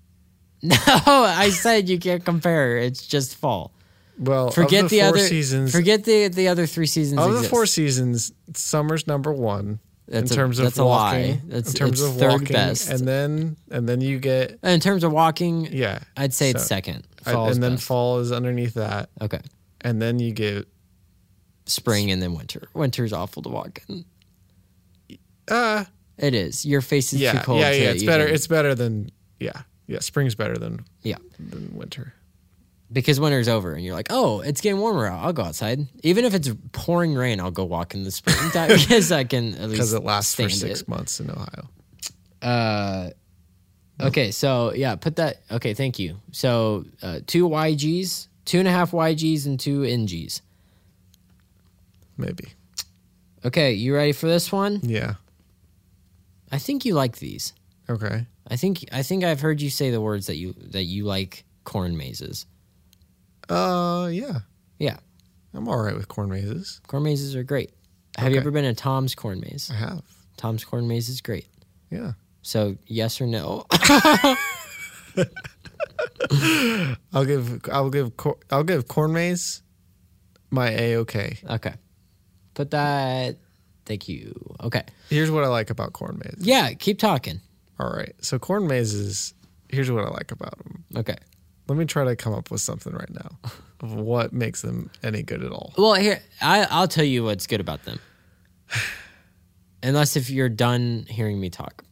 [SPEAKER 1] No, I said you can't compare. It's just fall.
[SPEAKER 2] Well, of
[SPEAKER 1] Forget the,
[SPEAKER 2] the, four
[SPEAKER 1] other
[SPEAKER 2] seasons.
[SPEAKER 1] Forget the the other three seasons.
[SPEAKER 2] Of the
[SPEAKER 1] exist.
[SPEAKER 2] four seasons, summer's number one
[SPEAKER 1] That's a-
[SPEAKER 2] in terms of
[SPEAKER 1] that's a lie.
[SPEAKER 2] walking.
[SPEAKER 1] That's-
[SPEAKER 2] in terms
[SPEAKER 1] it's
[SPEAKER 2] of
[SPEAKER 1] third
[SPEAKER 2] walking,
[SPEAKER 1] best.
[SPEAKER 2] and then and then you get
[SPEAKER 1] in terms of walking,
[SPEAKER 2] yeah.
[SPEAKER 1] I'd say it's
[SPEAKER 2] so-
[SPEAKER 1] second.
[SPEAKER 2] I-
[SPEAKER 1] Fall
[SPEAKER 2] and then fall is underneath that,
[SPEAKER 1] okay,
[SPEAKER 2] and then you get
[SPEAKER 1] spring and then winter. Winter's awful to walk in.
[SPEAKER 2] uh
[SPEAKER 1] It is. Your face is too
[SPEAKER 2] yeah
[SPEAKER 1] cold.
[SPEAKER 2] yeah yeah.
[SPEAKER 1] to
[SPEAKER 2] It's better.
[SPEAKER 1] even-
[SPEAKER 2] It's better than yeah yeah. Spring's better than
[SPEAKER 1] yeah,
[SPEAKER 2] than winter.
[SPEAKER 1] because winter's over and you're like, oh, it's getting warmer out. I'll go outside, even if it's pouring rain. I'll go walk in the spring That- because I can at least
[SPEAKER 2] Because it lasts for
[SPEAKER 1] stand
[SPEAKER 2] six
[SPEAKER 1] it.
[SPEAKER 2] months in Ohio.
[SPEAKER 1] Uh, okay, so yeah, put that. Okay, thank you. So uh, two YGs, two and a half YGs, and two NGs.
[SPEAKER 2] Maybe.
[SPEAKER 1] Okay, you ready for this one?
[SPEAKER 2] Yeah.
[SPEAKER 1] I think you like these.
[SPEAKER 2] Okay.
[SPEAKER 1] I think I think I've heard you say the words that you that you like corn mazes.
[SPEAKER 2] Uh yeah.
[SPEAKER 1] Yeah.
[SPEAKER 2] I'm all right with corn mazes.
[SPEAKER 1] Corn mazes are great. Have you
[SPEAKER 2] Okay.
[SPEAKER 1] ever been to Tom's corn maze?
[SPEAKER 2] I have.
[SPEAKER 1] Tom's corn maze is great.
[SPEAKER 2] Yeah.
[SPEAKER 1] So yes or no?
[SPEAKER 2] I'll give I'll give cor- I'll give corn maze my a okay.
[SPEAKER 1] okay. Put that. Thank you. Okay.
[SPEAKER 2] Here's what I like about corn mazes.
[SPEAKER 1] Yeah. Keep talking.
[SPEAKER 2] All right, so corn mazes. Here's what I like about them.
[SPEAKER 1] Okay.
[SPEAKER 2] Let me try to come up with something right now of what makes them any good at all.
[SPEAKER 1] Well, here I, I'll tell you what's good about them. Unless if you're done hearing me talk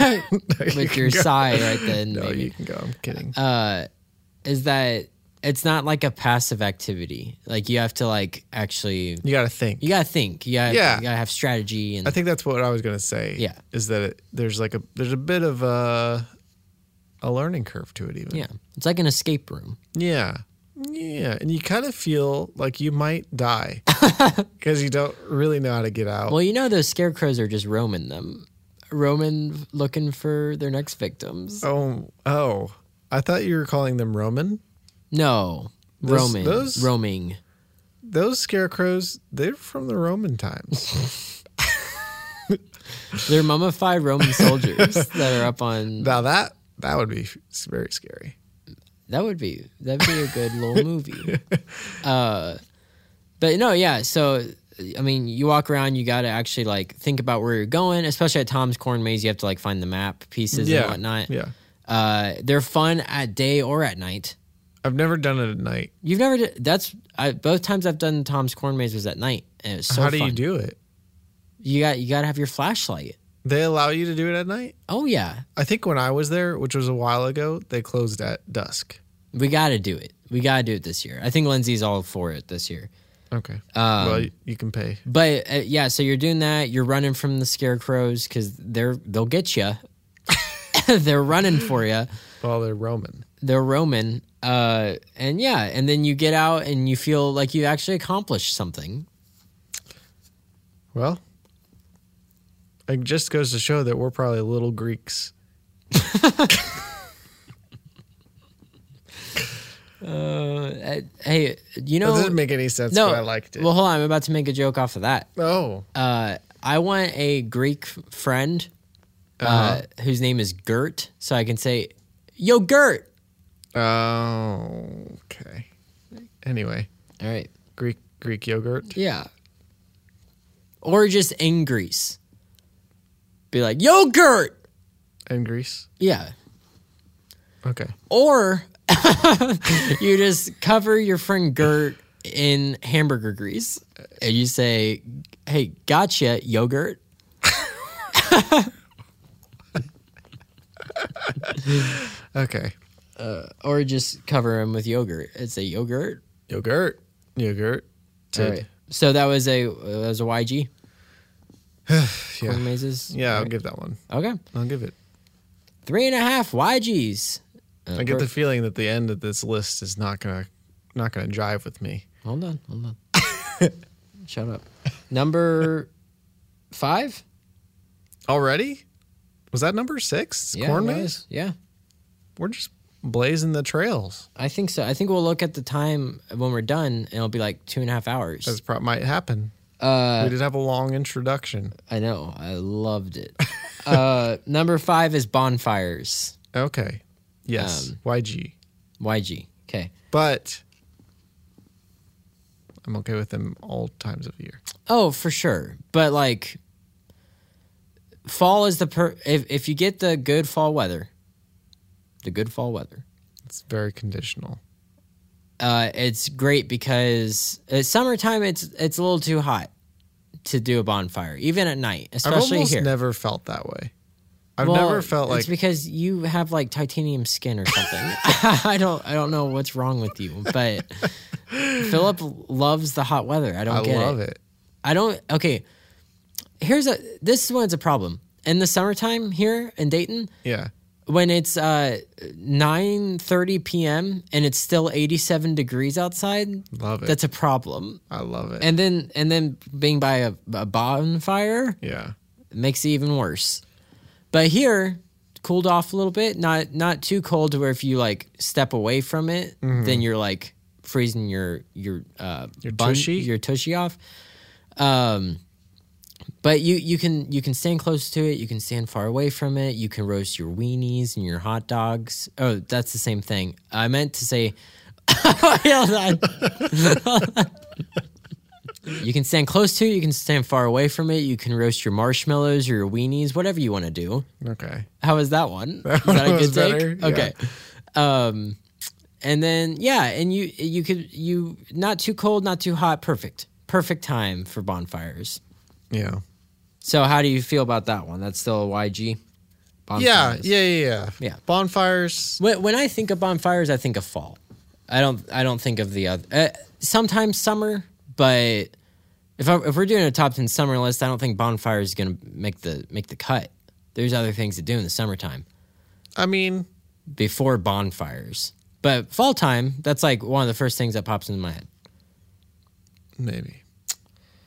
[SPEAKER 2] You
[SPEAKER 1] with
[SPEAKER 2] can
[SPEAKER 1] your
[SPEAKER 2] go.
[SPEAKER 1] sigh right then,
[SPEAKER 2] no,
[SPEAKER 1] maybe. Uh,
[SPEAKER 2] you can go. I'm kidding.
[SPEAKER 1] is that it's not like a passive activity. Like you have to like actually
[SPEAKER 2] you got to think.
[SPEAKER 1] you gotta think. You gotta,
[SPEAKER 2] Yeah.
[SPEAKER 1] you gotta have strategy and
[SPEAKER 2] I think that's what I was gonna say.
[SPEAKER 1] Yeah.
[SPEAKER 2] is that it, there's like a there's a bit of a a learning curve to it even.
[SPEAKER 1] yeah. It's like an escape room.
[SPEAKER 2] Yeah. Yeah. And you kind of feel like you might die because you don't really know how to get out.
[SPEAKER 1] Well, you know those scarecrows are just roaming them. Roman looking for their next victims.
[SPEAKER 2] Oh, oh! I thought you were calling them Roman.
[SPEAKER 1] No.
[SPEAKER 2] Those-
[SPEAKER 1] Roman.
[SPEAKER 2] those-
[SPEAKER 1] Roaming.
[SPEAKER 2] those scarecrows, they're from the Roman times.
[SPEAKER 1] They're mummified Roman soldiers that are up on.
[SPEAKER 2] now that that would be s- very scary.
[SPEAKER 1] That would be that'd be a good little movie. Uh, but no, yeah. So I mean, you walk around, you got to actually like think about where you're going. Especially at Tom's Corn Maze, you have to like find the map pieces and whatnot.
[SPEAKER 2] Yeah.
[SPEAKER 1] Uh, they're fun at day or at night.
[SPEAKER 2] I've never done it at night.
[SPEAKER 1] You've never did, that's I, both times I've done Tom's Corn Maze was at night, and it was so
[SPEAKER 2] How do
[SPEAKER 1] fun.
[SPEAKER 2] you do it?
[SPEAKER 1] You got you got to have your flashlight.
[SPEAKER 2] They allow you to do it at night?
[SPEAKER 1] Oh yeah,
[SPEAKER 2] I think when I was there, which was a while ago, they closed at dusk.
[SPEAKER 1] we got to do it. We got to do it this year. I think Lindsay's all for it this year. Um,
[SPEAKER 2] Okay. well, you, you can pay.
[SPEAKER 1] But uh, yeah, so you're doing that. You're running from the scarecrows because they're they'll get you. they're running for you.
[SPEAKER 2] Well, they're Roman.
[SPEAKER 1] They're Roman. Uh, and yeah, and then you get out and you feel like you actually accomplished something.
[SPEAKER 2] Well, it just goes to show that we're probably little Greeks.
[SPEAKER 1] Uh, hey, you
[SPEAKER 2] That
[SPEAKER 1] know,
[SPEAKER 2] doesn't make any sense,
[SPEAKER 1] no,
[SPEAKER 2] but I liked it.
[SPEAKER 1] Well, hold on, I'm about to make a joke off of that.
[SPEAKER 2] oh,
[SPEAKER 1] Uh, I want a Greek f- friend uh,
[SPEAKER 2] Uh-huh.
[SPEAKER 1] whose name is Gert, so I can say, "Yo, Gert."
[SPEAKER 2] oh, okay. Anyway,
[SPEAKER 1] All right.
[SPEAKER 2] Greek Greek yogurt.
[SPEAKER 1] Yeah. Or just in Greece. Be like, yogurt.
[SPEAKER 2] and Greece.
[SPEAKER 1] Yeah.
[SPEAKER 2] Okay.
[SPEAKER 1] Or you just cover your friend Gert in hamburger grease and you say, hey, gotcha, yogurt.
[SPEAKER 2] Okay.
[SPEAKER 1] Or just cover him with yogurt and say, yogurt.
[SPEAKER 2] Yogurt. Yogurt.
[SPEAKER 1] All
[SPEAKER 2] Tid.
[SPEAKER 1] right. So that was a, that was a YG. Corn
[SPEAKER 2] Yeah.
[SPEAKER 1] mazes.
[SPEAKER 2] Yeah, I'll give that one.
[SPEAKER 1] Okay.
[SPEAKER 2] I'll give it.
[SPEAKER 1] Three and a half YGs. Uh,
[SPEAKER 2] I get
[SPEAKER 1] we're-
[SPEAKER 2] the feeling that the end of this list is not gonna not gonna jive with me.
[SPEAKER 1] Hold on, hold on. Shut up. Number five?
[SPEAKER 2] Already? Was that number six?
[SPEAKER 1] Yeah,
[SPEAKER 2] Corn
[SPEAKER 1] it
[SPEAKER 2] maze?
[SPEAKER 1] was. Yeah,
[SPEAKER 2] We're just blazing the trails.
[SPEAKER 1] I think so. I think we'll look at the time when we're done, and it'll be like two and a half hours.
[SPEAKER 2] That's probably might happen.
[SPEAKER 1] Uh,
[SPEAKER 2] we did have a long introduction.
[SPEAKER 1] I know. I loved it. uh, number five is bonfires.
[SPEAKER 2] Okay.
[SPEAKER 1] um,
[SPEAKER 2] Yes. YG.
[SPEAKER 1] YG. Okay.
[SPEAKER 2] But I'm okay with them all times of year.
[SPEAKER 1] Oh, for sure. But like, fall is the per. If if you get the good fall weather, the good fall weather.
[SPEAKER 2] It's very conditional.
[SPEAKER 1] uh, it's great because uh, summertime it's it's a little too hot to do a bonfire, even at night,
[SPEAKER 2] I've
[SPEAKER 1] especially
[SPEAKER 2] almost
[SPEAKER 1] here.
[SPEAKER 2] never felt that way. I've
[SPEAKER 1] Well,
[SPEAKER 2] never felt like
[SPEAKER 1] it's because you have like titanium skin or something. I don't I don't know what's wrong with you, but Philip loves the hot weather. I don't
[SPEAKER 2] I
[SPEAKER 1] get
[SPEAKER 2] love it.
[SPEAKER 1] I don't. Okay, here's a this is when it's a problem in the summertime here in Dayton
[SPEAKER 2] Yeah.
[SPEAKER 1] when it's uh 9:30 p.m. and it's still 87 degrees outside.
[SPEAKER 2] Love it.
[SPEAKER 1] That's a problem.
[SPEAKER 2] I love it.
[SPEAKER 1] and then and then being by a, a bonfire
[SPEAKER 2] yeah.
[SPEAKER 1] makes it even worse. But here, cooled off a little bit, not not too cold to where if you like step away from it, then you're like freezing your your uh
[SPEAKER 2] Mm-hmm. Your tushy?
[SPEAKER 1] your tushy off. Um but you you can you can stand close to it, you can stand far away from it, you can roast your weenies and your hot dogs. Oh, that's the same thing. I meant to say Hold on. You can stand close to it, you can stand far away from it, you can roast your marshmallows or your weenies, whatever you want to do.
[SPEAKER 2] Okay.
[SPEAKER 1] How is that one? Is
[SPEAKER 2] one
[SPEAKER 1] that a
[SPEAKER 2] was
[SPEAKER 1] good
[SPEAKER 2] better,
[SPEAKER 1] take?
[SPEAKER 2] yeah.
[SPEAKER 1] Okay. Um and then yeah, and you you could you not too cold, not too hot, perfect. Perfect time for bonfires.
[SPEAKER 2] Yeah.
[SPEAKER 1] So how do you feel about that one? That's still a YG
[SPEAKER 2] Yeah,
[SPEAKER 1] bonfires.
[SPEAKER 2] yeah, yeah, yeah.
[SPEAKER 1] Yeah.
[SPEAKER 2] Bonfires.
[SPEAKER 1] When, when I think of bonfires, I think of fall. I don't. I don't think of the other. Uh, sometimes summer, but if I, if we're doing a top ten summer list, I don't think bonfires is gonna make the make the cut. There's other things to do in the summertime
[SPEAKER 2] I mean,
[SPEAKER 1] before bonfires, but fall time. That's like one of the first things that pops into my head.
[SPEAKER 2] maybe.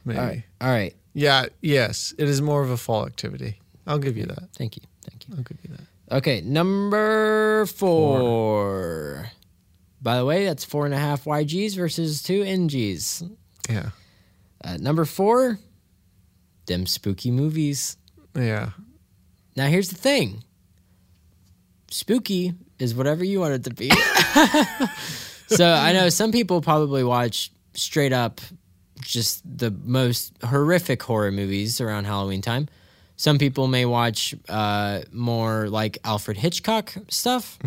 [SPEAKER 2] Maybe.
[SPEAKER 1] All right.
[SPEAKER 2] Yeah, yes. It is more of a fall activity. I'll give you that.
[SPEAKER 1] Thank you. Thank you.
[SPEAKER 2] I'll give you that.
[SPEAKER 1] Okay. Number four. By the way, that's four and a half YGs versus two NGs.
[SPEAKER 2] Yeah.
[SPEAKER 1] Uh, number four, them spooky movies.
[SPEAKER 2] Yeah.
[SPEAKER 1] Now, here's the thing spooky is whatever you want it to be. so I know some people probably watch straight up just the most horrific horror movies around Halloween time. Some people may watch uh, more like Alfred Hitchcock stuff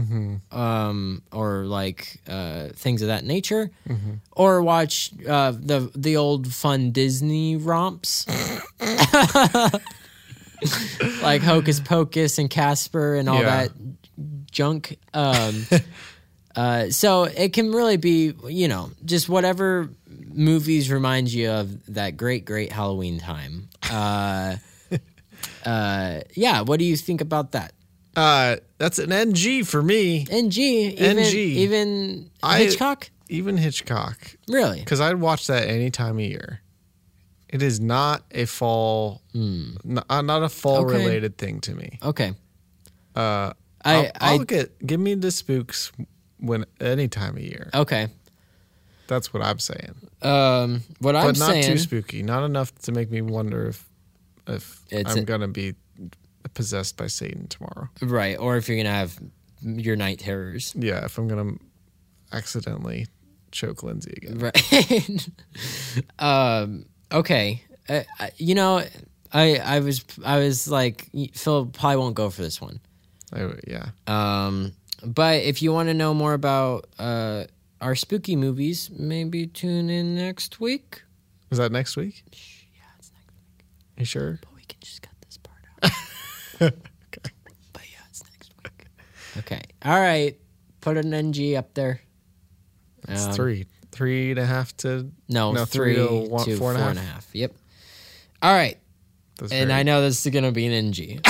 [SPEAKER 1] um, or like uh, things of that nature, or watch uh, the, the old fun Disney romps like Hocus Pocus and Casper and all
[SPEAKER 2] Yeah.
[SPEAKER 1] that junk. Um, uh, so it can really be, you know, just whatever movies remind you of that great, great Halloween time. Uh, uh, yeah, what do you think about that?
[SPEAKER 2] Uh, that's an NG for me.
[SPEAKER 1] NG, even,
[SPEAKER 2] NG.
[SPEAKER 1] even
[SPEAKER 2] I-
[SPEAKER 1] Hitchcock?
[SPEAKER 2] Even Hitchcock,
[SPEAKER 1] Really?
[SPEAKER 2] because I'd watch that any time of year. It is not a fall, n- uh, not a fall
[SPEAKER 1] Hmm. Okay.
[SPEAKER 2] related thing to me.
[SPEAKER 1] Okay.
[SPEAKER 2] Uh,
[SPEAKER 1] I,
[SPEAKER 2] I'll,
[SPEAKER 1] I,
[SPEAKER 2] will get give me the spooks when any time of year.
[SPEAKER 1] okay.
[SPEAKER 2] That's what I'm saying.
[SPEAKER 1] Um, what I'm
[SPEAKER 2] but not
[SPEAKER 1] saying,
[SPEAKER 2] too spooky. Not enough to make me wonder if if
[SPEAKER 1] It's
[SPEAKER 2] I'm
[SPEAKER 1] a-
[SPEAKER 2] gonna be possessed by Satan tomorrow.
[SPEAKER 1] right? Or if you're gonna have your night terrors,
[SPEAKER 2] Yeah, if I'm gonna accidentally choke Lindsay again.
[SPEAKER 1] Right. um, okay. Uh, I- you know, I I was I was like Phil probably won't go for this one.
[SPEAKER 2] I, yeah.
[SPEAKER 1] Um, but if you want to know more about uh, our spooky movies, maybe tune in next week.
[SPEAKER 2] Is that next week?
[SPEAKER 1] Yeah, it's next week,
[SPEAKER 2] You sure?
[SPEAKER 1] but we can just cut this part out. But yeah, it's next week. Okay. All right. Put an NG up there.
[SPEAKER 2] It's
[SPEAKER 1] Um,
[SPEAKER 2] three, three and a half to.
[SPEAKER 1] No,
[SPEAKER 2] No,
[SPEAKER 1] three
[SPEAKER 2] three
[SPEAKER 1] to
[SPEAKER 2] to one-
[SPEAKER 1] four
[SPEAKER 2] four and a
[SPEAKER 1] and a half. Yep. All right.
[SPEAKER 2] That's
[SPEAKER 1] And
[SPEAKER 2] very-
[SPEAKER 1] I know this is going to be an NG.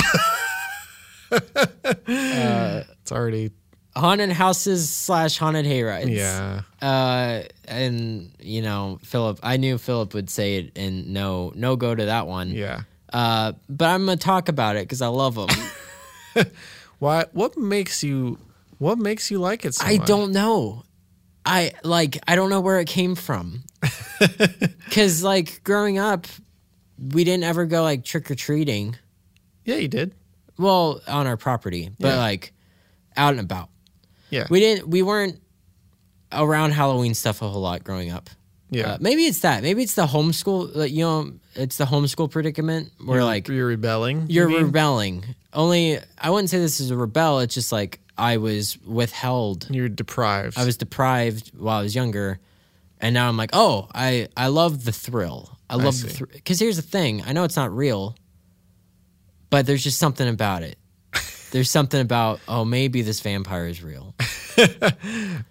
[SPEAKER 2] it's already.
[SPEAKER 1] haunted houses slash haunted hayrides.
[SPEAKER 2] Yeah,
[SPEAKER 1] Uh, and you know, Philip, I knew Philip would say it, and no, no go to that one.
[SPEAKER 2] yeah.
[SPEAKER 1] Uh, but I'm gonna talk about it because I love them.
[SPEAKER 2] Why? What makes you? What makes you like it so
[SPEAKER 1] I
[SPEAKER 2] much?
[SPEAKER 1] don't know. I like I don't know where it came from. Cause like growing up, we didn't ever go like trick or treating.
[SPEAKER 2] Yeah, you did.
[SPEAKER 1] Well, on our property, but
[SPEAKER 2] Yeah.
[SPEAKER 1] like out and about.
[SPEAKER 2] Yeah.
[SPEAKER 1] We didn't. We weren't around Halloween stuff a whole lot growing up.
[SPEAKER 2] yeah.
[SPEAKER 1] Uh, maybe it's that. Maybe it's the homeschool. Like, you know, it's the homeschool predicament where like
[SPEAKER 2] you're rebelling.
[SPEAKER 1] you're
[SPEAKER 2] mean?
[SPEAKER 1] rebelling. Only I wouldn't say this is a rebel. It's just like I was withheld.
[SPEAKER 2] you're deprived.
[SPEAKER 1] I was deprived while I was younger, and now I'm like, oh, I I love the thrill. I love the
[SPEAKER 2] see.
[SPEAKER 1] thr because here's the thing. I know it's not real, but there's just something about it. There's something about oh maybe this vampire is real.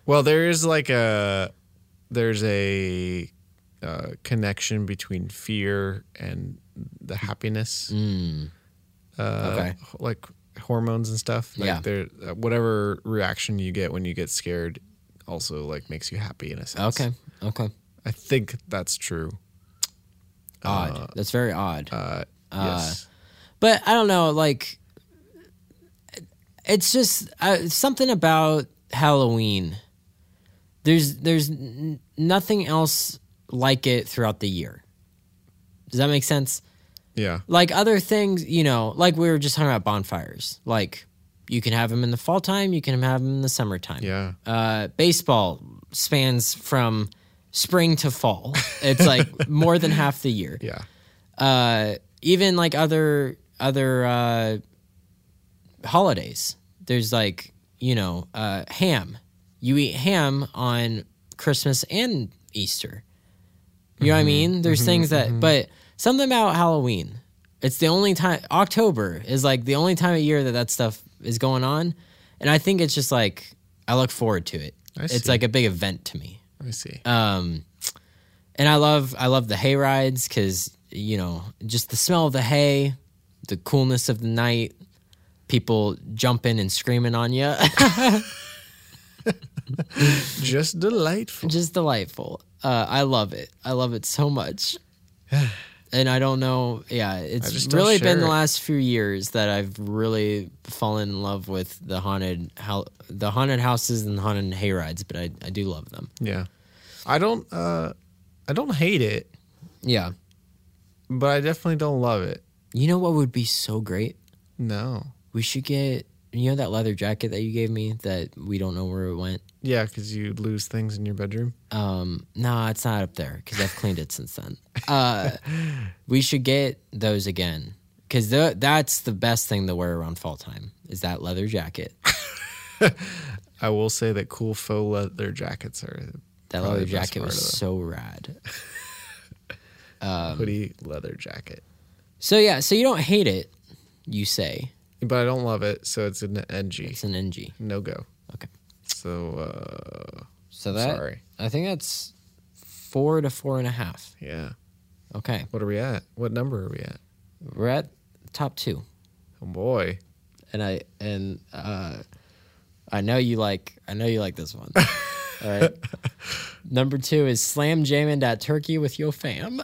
[SPEAKER 2] Well, there is like a there's a uh, connection between fear and the happiness, uh,
[SPEAKER 1] Mm, Hmm. Okay.
[SPEAKER 2] h- like hormones and stuff. Like
[SPEAKER 1] Yeah.
[SPEAKER 2] there, uh, whatever reaction you get when you get scared, also like makes you happy in a sense.
[SPEAKER 1] Okay. Okay.
[SPEAKER 2] I think that's true.
[SPEAKER 1] Odd. That's very odd.
[SPEAKER 2] Uh, yes,
[SPEAKER 1] but I don't know, like it's just uh, something about Halloween. There's there's n- nothing else like it throughout the year. Does that make sense?
[SPEAKER 2] yeah,
[SPEAKER 1] Like other things, you know, like we were just talking about bonfires. Like you can have them in the fall time, you can have them in the summertime.
[SPEAKER 2] yeah,
[SPEAKER 1] Uh, baseball spans from spring to fall. It's like more than half the year
[SPEAKER 2] yeah,
[SPEAKER 1] uh, even like other other uh, holidays. There's like you know uh, ham. You eat ham on Christmas and Easter. You know what
[SPEAKER 2] Mm-hmm.
[SPEAKER 1] I mean? There's things that, but something about Halloween. It's the only time. October is like the only time of year that that stuff is going on, and I think it's just like I look forward to it.
[SPEAKER 2] I
[SPEAKER 1] it's
[SPEAKER 2] see.
[SPEAKER 1] like a big event to me
[SPEAKER 2] I see.
[SPEAKER 1] um and i love i love the hay rides because you know just the smell of the hay the coolness of the night people jumping and screaming on you
[SPEAKER 2] Just delightful.
[SPEAKER 1] just delightful uh i love it i love it so much and i don't know yeah it's
[SPEAKER 2] just don't
[SPEAKER 1] really been
[SPEAKER 2] share
[SPEAKER 1] the
[SPEAKER 2] it.
[SPEAKER 1] last few years that i've really fallen in love with the haunted how the haunted houses and haunted hay rides but i, I do love them
[SPEAKER 2] Yeah. I don't uh I don't hate it,
[SPEAKER 1] Yeah.
[SPEAKER 2] but I definitely don't love it.
[SPEAKER 1] You know what would be so great?
[SPEAKER 2] No.
[SPEAKER 1] We should get you know that leather jacket that you gave me that we don't know where it went.
[SPEAKER 2] Yeah, because you lose things in your bedroom.
[SPEAKER 1] Um, no, it's not up there because I've cleaned it since then. Uh, we should get those again because that's the best thing to wear around fall time is that leather jacket.
[SPEAKER 2] I will say that cool faux leather jackets are
[SPEAKER 1] That
[SPEAKER 2] Probably
[SPEAKER 1] leather
[SPEAKER 2] the best
[SPEAKER 1] jacket
[SPEAKER 2] part
[SPEAKER 1] was
[SPEAKER 2] of it.
[SPEAKER 1] so rad. Um,
[SPEAKER 2] hoodie leather jacket.
[SPEAKER 1] So yeah, so you don't hate it, you say
[SPEAKER 2] But I don't love it, so it's an NG.
[SPEAKER 1] it's an NG.
[SPEAKER 2] No go.
[SPEAKER 1] Okay,
[SPEAKER 2] So uh
[SPEAKER 1] so that
[SPEAKER 2] sorry.
[SPEAKER 1] I think that's four to four and a half.
[SPEAKER 2] yeah.
[SPEAKER 1] Okay,
[SPEAKER 2] What are we at? What number are we at?
[SPEAKER 1] we're at top two.
[SPEAKER 2] Oh boy.
[SPEAKER 1] and I and uh, I know you like I know you like this one. All right. Number two is slam jamming that turkey with your fam.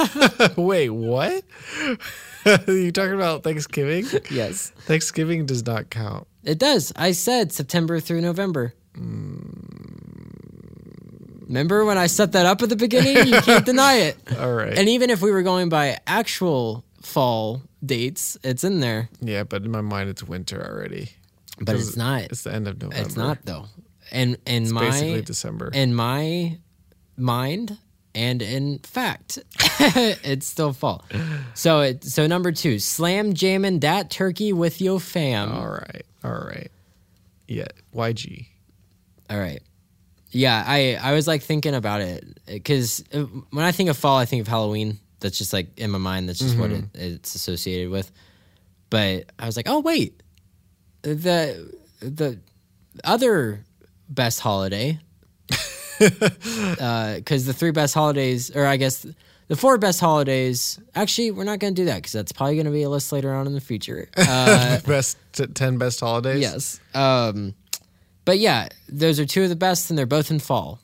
[SPEAKER 2] Wait, what? are you talking about Thanksgiving?
[SPEAKER 1] yes,
[SPEAKER 2] Thanksgiving does not count.
[SPEAKER 1] it does. I said September through November.
[SPEAKER 2] Mm.
[SPEAKER 1] Remember when I set that up at the beginning? You can't deny it.
[SPEAKER 2] All right.
[SPEAKER 1] And even if we were going by actual fall dates, it's in there,
[SPEAKER 2] yeah, but in my mind it's winter already.
[SPEAKER 1] but it's not.
[SPEAKER 2] It's the end of November.
[SPEAKER 1] It's not though. And and my
[SPEAKER 2] Basically December.
[SPEAKER 1] in my mind and in fact it's still fall so it so number two slam jamming dat turkey with yo fam
[SPEAKER 2] all right. All right. Yeah. YG.
[SPEAKER 1] all right yeah i i was like thinking about it because uh, when i think of fall i think of halloween that's just like in my mind that's just what it, it's associated with but i was like oh wait the the other best holiday because the three best holidays, or I guess the four best holidays. Actually, we're not going to do that because that's probably going to be a list later on in the future. Uh,
[SPEAKER 2] best t- 10 best holidays?
[SPEAKER 1] yes. Um, but yeah, those are two of the best, and they're both in fall.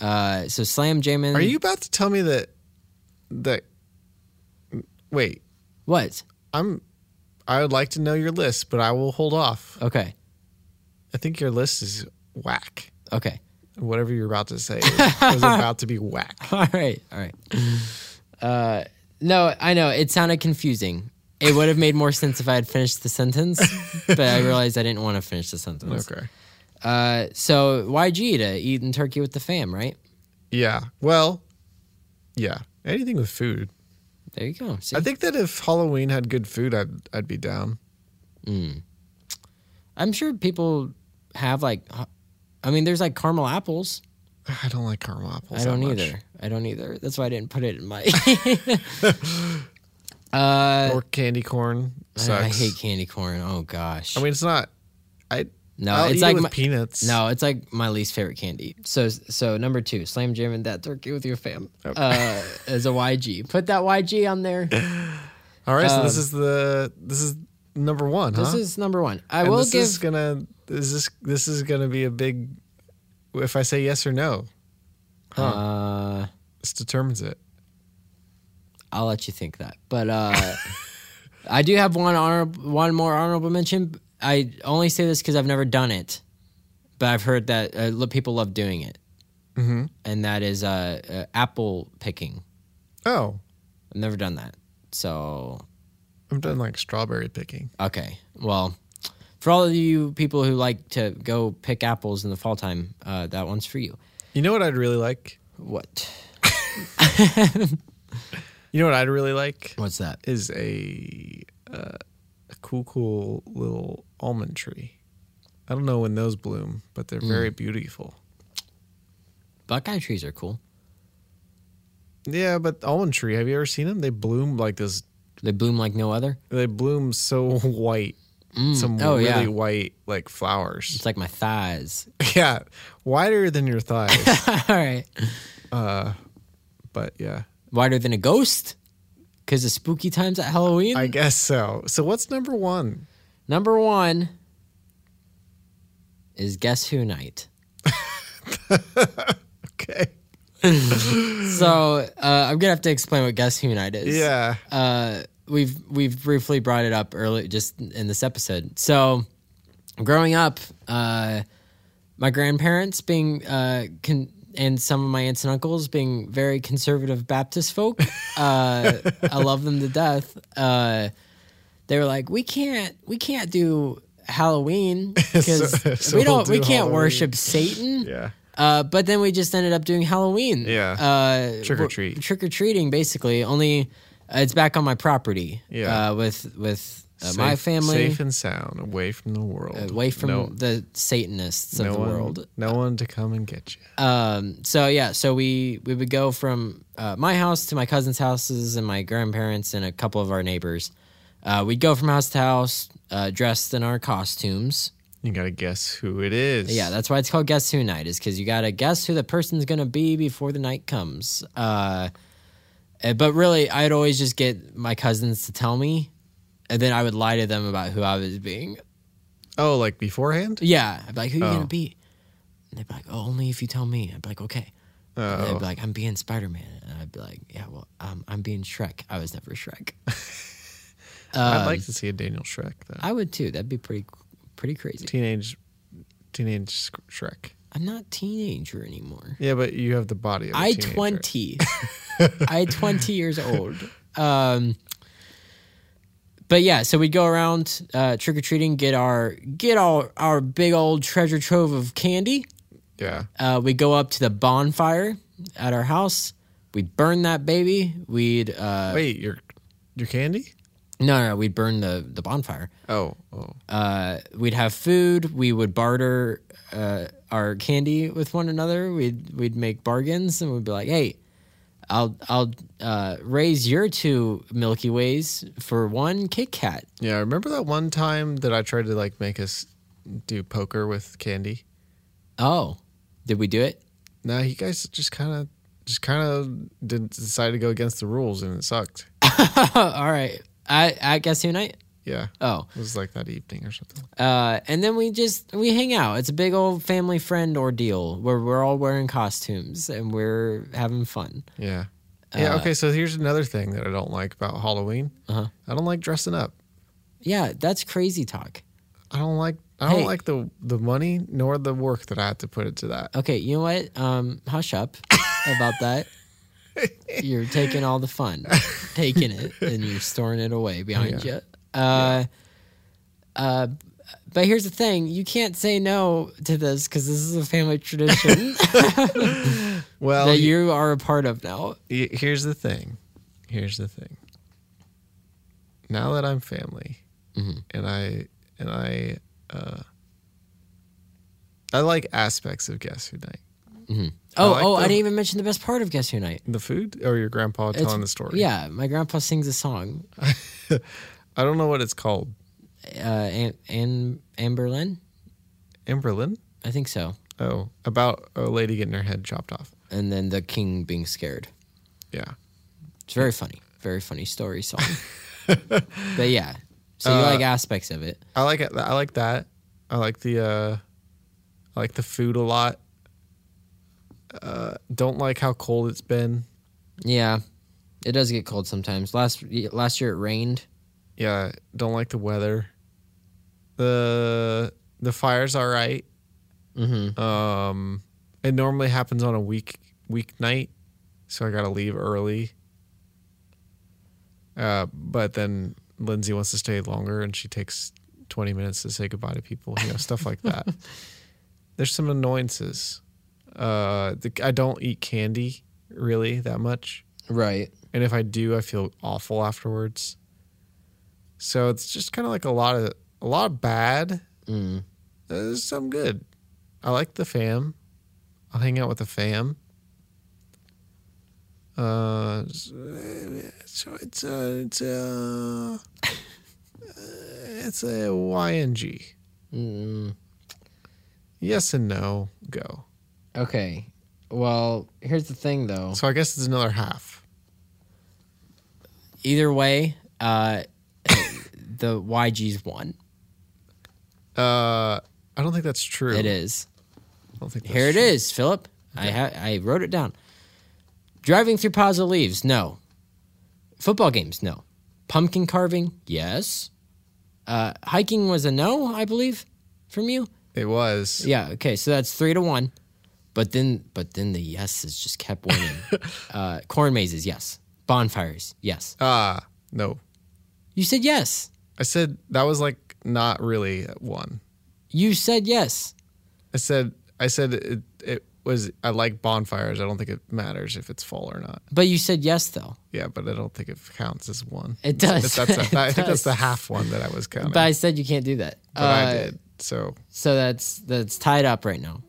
[SPEAKER 1] Uh, so slam jamming.
[SPEAKER 2] Are you about to tell me that that wait,
[SPEAKER 1] what?
[SPEAKER 2] I'm I would like to know your list, but I will hold off.
[SPEAKER 1] Okay.
[SPEAKER 2] I think your list is whack.
[SPEAKER 1] Okay.
[SPEAKER 2] Whatever you're about to say is, is about to be whack.
[SPEAKER 1] All right. All right. Uh, no, I know it sounded confusing. It would have made more sense if I had finished the sentence, but I realized I didn't want to finish the sentence.
[SPEAKER 2] Okay.
[SPEAKER 1] Uh, so YG to eating turkey with the fam, right?
[SPEAKER 2] Yeah. Well, yeah. Anything with food.
[SPEAKER 1] There you go. See?
[SPEAKER 2] I think that if Halloween had good food, I'd I'd be down.
[SPEAKER 1] I'm sure people have like, h- I mean, there's like caramel apples.
[SPEAKER 2] I don't like caramel apples.
[SPEAKER 1] I
[SPEAKER 2] that
[SPEAKER 1] don't
[SPEAKER 2] much.
[SPEAKER 1] either. I don't either. That's why I didn't put it in my. uh,
[SPEAKER 2] Or candy corn
[SPEAKER 1] I, I
[SPEAKER 2] sucks. I,
[SPEAKER 1] hate candy corn. Oh gosh.
[SPEAKER 2] mean, it's not. I
[SPEAKER 1] no,
[SPEAKER 2] I'll
[SPEAKER 1] it's
[SPEAKER 2] eat
[SPEAKER 1] like
[SPEAKER 2] it with
[SPEAKER 1] my,
[SPEAKER 2] peanuts.
[SPEAKER 1] no, it's like my least favorite candy. So so number two, slam jamming that turkey with your fam
[SPEAKER 2] Oh.
[SPEAKER 1] uh, as a YG. Put that YG on there.
[SPEAKER 2] Uh-huh. All right. so this is the this is number one.
[SPEAKER 1] um, This
[SPEAKER 2] huh?
[SPEAKER 1] is number one. I
[SPEAKER 2] And
[SPEAKER 1] will
[SPEAKER 2] this
[SPEAKER 1] give.
[SPEAKER 2] is gonna is this this is gonna be a big if I say yes or no,
[SPEAKER 1] uh,
[SPEAKER 2] this determines it.
[SPEAKER 1] I'll let you think that. But uh, I do have one honor, one more honorable mention. I only say this because I've never done it, but I've heard that uh, lo- people love doing it,
[SPEAKER 2] Mhm.
[SPEAKER 1] and that is uh, uh, apple picking.
[SPEAKER 2] Oh,
[SPEAKER 1] I've never done that, so
[SPEAKER 2] I'm done like strawberry picking.
[SPEAKER 1] okay. Well, for all of you people who like to go pick apples in the fall time, uh, that one's for you.
[SPEAKER 2] You know what I'd really like?
[SPEAKER 1] What?
[SPEAKER 2] You know what I'd really like
[SPEAKER 1] What's that?
[SPEAKER 2] is a uh, a cool cool little almond tree. I don't know when those bloom, but
[SPEAKER 1] Mm.
[SPEAKER 2] they're very beautiful.
[SPEAKER 1] Buckeye trees are cool.
[SPEAKER 2] Yeah, but almond tree, have you ever seen them? They bloom like this.
[SPEAKER 1] They bloom like no other.
[SPEAKER 2] They bloom so white. Some
[SPEAKER 1] Oh,
[SPEAKER 2] really
[SPEAKER 1] yeah.
[SPEAKER 2] white like flowers.
[SPEAKER 1] It's like my thighs.
[SPEAKER 2] yeah, whiter than your thighs.
[SPEAKER 1] all right.
[SPEAKER 2] but yeah,
[SPEAKER 1] wider than a ghost because of spooky times at Halloween.
[SPEAKER 2] I guess so. So what's number one?
[SPEAKER 1] Number one is Guess Who Night.
[SPEAKER 2] Okay.
[SPEAKER 1] So uh, I'm gonna have to explain what Guess Who Night is.
[SPEAKER 2] Yeah.
[SPEAKER 1] uh, we've we've briefly brought it up early just in this episode. So, growing up, uh, my grandparents being uh, con- and some of my aunts and uncles being very conservative Baptist folk. Uh, I love them to death. Uh, they were like, we can't, we can't do Halloween because
[SPEAKER 2] So- so
[SPEAKER 1] we
[SPEAKER 2] we'll
[SPEAKER 1] don't, we
[SPEAKER 2] do
[SPEAKER 1] can't
[SPEAKER 2] Halloween."
[SPEAKER 1] worship Satan.
[SPEAKER 2] Yeah.
[SPEAKER 1] Uh, but then we just ended up doing Halloween.
[SPEAKER 2] Yeah.
[SPEAKER 1] Uh,
[SPEAKER 2] Trick or
[SPEAKER 1] wh-
[SPEAKER 2] treat.
[SPEAKER 1] Trick or treating, basically. Only uh, it's back on my property.
[SPEAKER 2] Yeah.
[SPEAKER 1] Uh, with with uh, my
[SPEAKER 2] Safe-
[SPEAKER 1] family,
[SPEAKER 2] safe and sound, away from the world,
[SPEAKER 1] away from
[SPEAKER 2] no,
[SPEAKER 1] the Satanists of
[SPEAKER 2] no
[SPEAKER 1] the
[SPEAKER 2] one,
[SPEAKER 1] world.
[SPEAKER 2] no one to come and get you.
[SPEAKER 1] Um, so yeah, so we we would go from uh, my house to my cousin's houses and my grandparents and a couple of our neighbors. Uh, we'd go from house to house, uh, dressed in our costumes.
[SPEAKER 2] You gotta guess who it is.
[SPEAKER 1] Yeah, that's why it's called Guess Who Night, is because you got to guess who the person's going to be before the night comes. Uh, eh, but really, I'd always just get my cousins to tell me, and then I would lie to them about who I was being.
[SPEAKER 2] oh, like beforehand.
[SPEAKER 1] Yeah, I'd be like, who you going
[SPEAKER 2] Oh.
[SPEAKER 1] to be? And they'd be like, oh, only if you tell me. I'd be like, okay. And They'd
[SPEAKER 2] Oh,
[SPEAKER 1] be like, I'm being Spider Man. And I'd be like, yeah, well, um, I'm being Shrek. I was never Shrek.
[SPEAKER 2] I'd like to see a Daniel Shrek though.
[SPEAKER 1] Uh, I would too. That'd be pretty pretty crazy.
[SPEAKER 2] teenage, teenage Sk- Shrek.
[SPEAKER 1] I'm not teenager anymore.
[SPEAKER 2] Yeah, but you have the body. of a
[SPEAKER 1] I
[SPEAKER 2] teenager.
[SPEAKER 1] twenty. I twenty years old. Um, but yeah, so we'd go around uh, trick or treating, get our get our our big old treasure trove of candy.
[SPEAKER 2] Yeah.
[SPEAKER 1] Uh, we'd go up to the bonfire at our house. We'd burn that baby. We'd uh,
[SPEAKER 2] Wait, your your candy?
[SPEAKER 1] no, no, no, we'd burn the the bonfire.
[SPEAKER 2] Oh, oh.
[SPEAKER 1] Uh, we'd have food. We would barter uh, our candy with one another. We'd we'd make bargains, and we'd be like, "Hey, I'll I'll uh, raise your two Milky Ways for one Kit Kat."
[SPEAKER 2] Yeah, I remember that one time that I tried to like make us do poker with candy.
[SPEAKER 1] Oh, did we do it?
[SPEAKER 2] No, you guys just kind of just kind of did decide to go against the rules and it sucked.
[SPEAKER 1] All right. I I guess who night.
[SPEAKER 2] Yeah.
[SPEAKER 1] Oh,
[SPEAKER 2] It was like that evening or something.
[SPEAKER 1] uh, and then we just we hang out. It's a big old family friend ordeal where we're all wearing costumes and we're having fun.
[SPEAKER 2] Yeah. Yeah, okay, so here's another thing that I don't like about Halloween.
[SPEAKER 1] Uh, Uh-huh.
[SPEAKER 2] I don't like dressing up.
[SPEAKER 1] Yeah, that's crazy talk.
[SPEAKER 2] I don't like I don't
[SPEAKER 1] Hey.
[SPEAKER 2] like the the money nor the work that I have to put into that.
[SPEAKER 1] Okay, you know what? Um, hush up about that. You're taking all the fun, taking it, and you're storing it away behind you. Uh, uh, but here's the thing: you can't say no to this because this is a family tradition
[SPEAKER 2] Well,
[SPEAKER 1] that you are a part of now.
[SPEAKER 2] y- here's the thing. Here's the thing. Now that I'm family,
[SPEAKER 1] Mm-hmm.
[SPEAKER 2] and I and I uh, I like aspects of Guess Who Night.
[SPEAKER 1] Oh,
[SPEAKER 2] like
[SPEAKER 1] oh,
[SPEAKER 2] the-
[SPEAKER 1] I didn't even mention the best part of Guess Who Night.
[SPEAKER 2] The food or your grandpa
[SPEAKER 1] It's-
[SPEAKER 2] telling the story.
[SPEAKER 1] Yeah, my grandpa sings a song,
[SPEAKER 2] I don't know what it's called.
[SPEAKER 1] uh, Anne Anne Amberlin,
[SPEAKER 2] Amberlin?
[SPEAKER 1] I think so,
[SPEAKER 2] Oh, about a lady getting her head chopped off.
[SPEAKER 1] and then the king being scared.
[SPEAKER 2] Yeah.
[SPEAKER 1] It's very funny. Very funny story song. but yeah. So you like aspects of it.
[SPEAKER 2] I like it. I like that. I like the uh I like the food a lot. Uh don't like how cold it's been.
[SPEAKER 1] Yeah. It does get cold sometimes. Last y- last year it rained.
[SPEAKER 2] Yeah, don't like the weather. The the fire's all right.
[SPEAKER 1] Mhm.
[SPEAKER 2] Um it normally happens on a week weeknight, so I got to leave early. Uh but then Lindsay wants to stay longer and she takes 20 minutes to say goodbye to people, you know, stuff like that. There's some annoyances. Uh the, I don't eat candy really that much.
[SPEAKER 1] Right.
[SPEAKER 2] And if I do, I feel awful afterwards. So it's just kind of like a lot of a lot of bad. Uh,
[SPEAKER 1] Mm.
[SPEAKER 2] There's some good. I like the fam. I'll hang out with the fam. Uh, so it's a it's a it's a YNG.
[SPEAKER 1] Mm.
[SPEAKER 2] Yes and no. Go.
[SPEAKER 1] Okay. Well, here's the thing though.
[SPEAKER 2] So I guess it's another half.
[SPEAKER 1] Either way, uh the YG's won.
[SPEAKER 2] Uh, I don't think that's true.
[SPEAKER 1] It is.
[SPEAKER 2] I don't think that's
[SPEAKER 1] Here it
[SPEAKER 2] true.
[SPEAKER 1] is, Philip. I ha- I wrote it down. Driving through Paso leaves, no. Football games, no. Pumpkin carving, yes. Uh, hiking was a no, I believe, from you.
[SPEAKER 2] It was.
[SPEAKER 1] Yeah. Okay. So that's three to one. But then, but then the yeses just kept winning. uh, corn mazes, yes. Bonfires, yes.
[SPEAKER 2] Ah, no.
[SPEAKER 1] You said yes.
[SPEAKER 2] I said that was like not really one.
[SPEAKER 1] You said yes.
[SPEAKER 2] I said I said it, it was I like bonfires. I don't think it matters if it's fall or not.
[SPEAKER 1] But you said yes though.
[SPEAKER 2] Yeah, but I don't think it counts as one.
[SPEAKER 1] It does.
[SPEAKER 2] That's a,
[SPEAKER 1] It
[SPEAKER 2] I think
[SPEAKER 1] does.
[SPEAKER 2] that's the half one that I was counting.
[SPEAKER 1] But
[SPEAKER 2] But,
[SPEAKER 1] I said you can't do that.
[SPEAKER 2] I
[SPEAKER 1] Uh,
[SPEAKER 2] did. So
[SPEAKER 1] So that's that's tied up right now.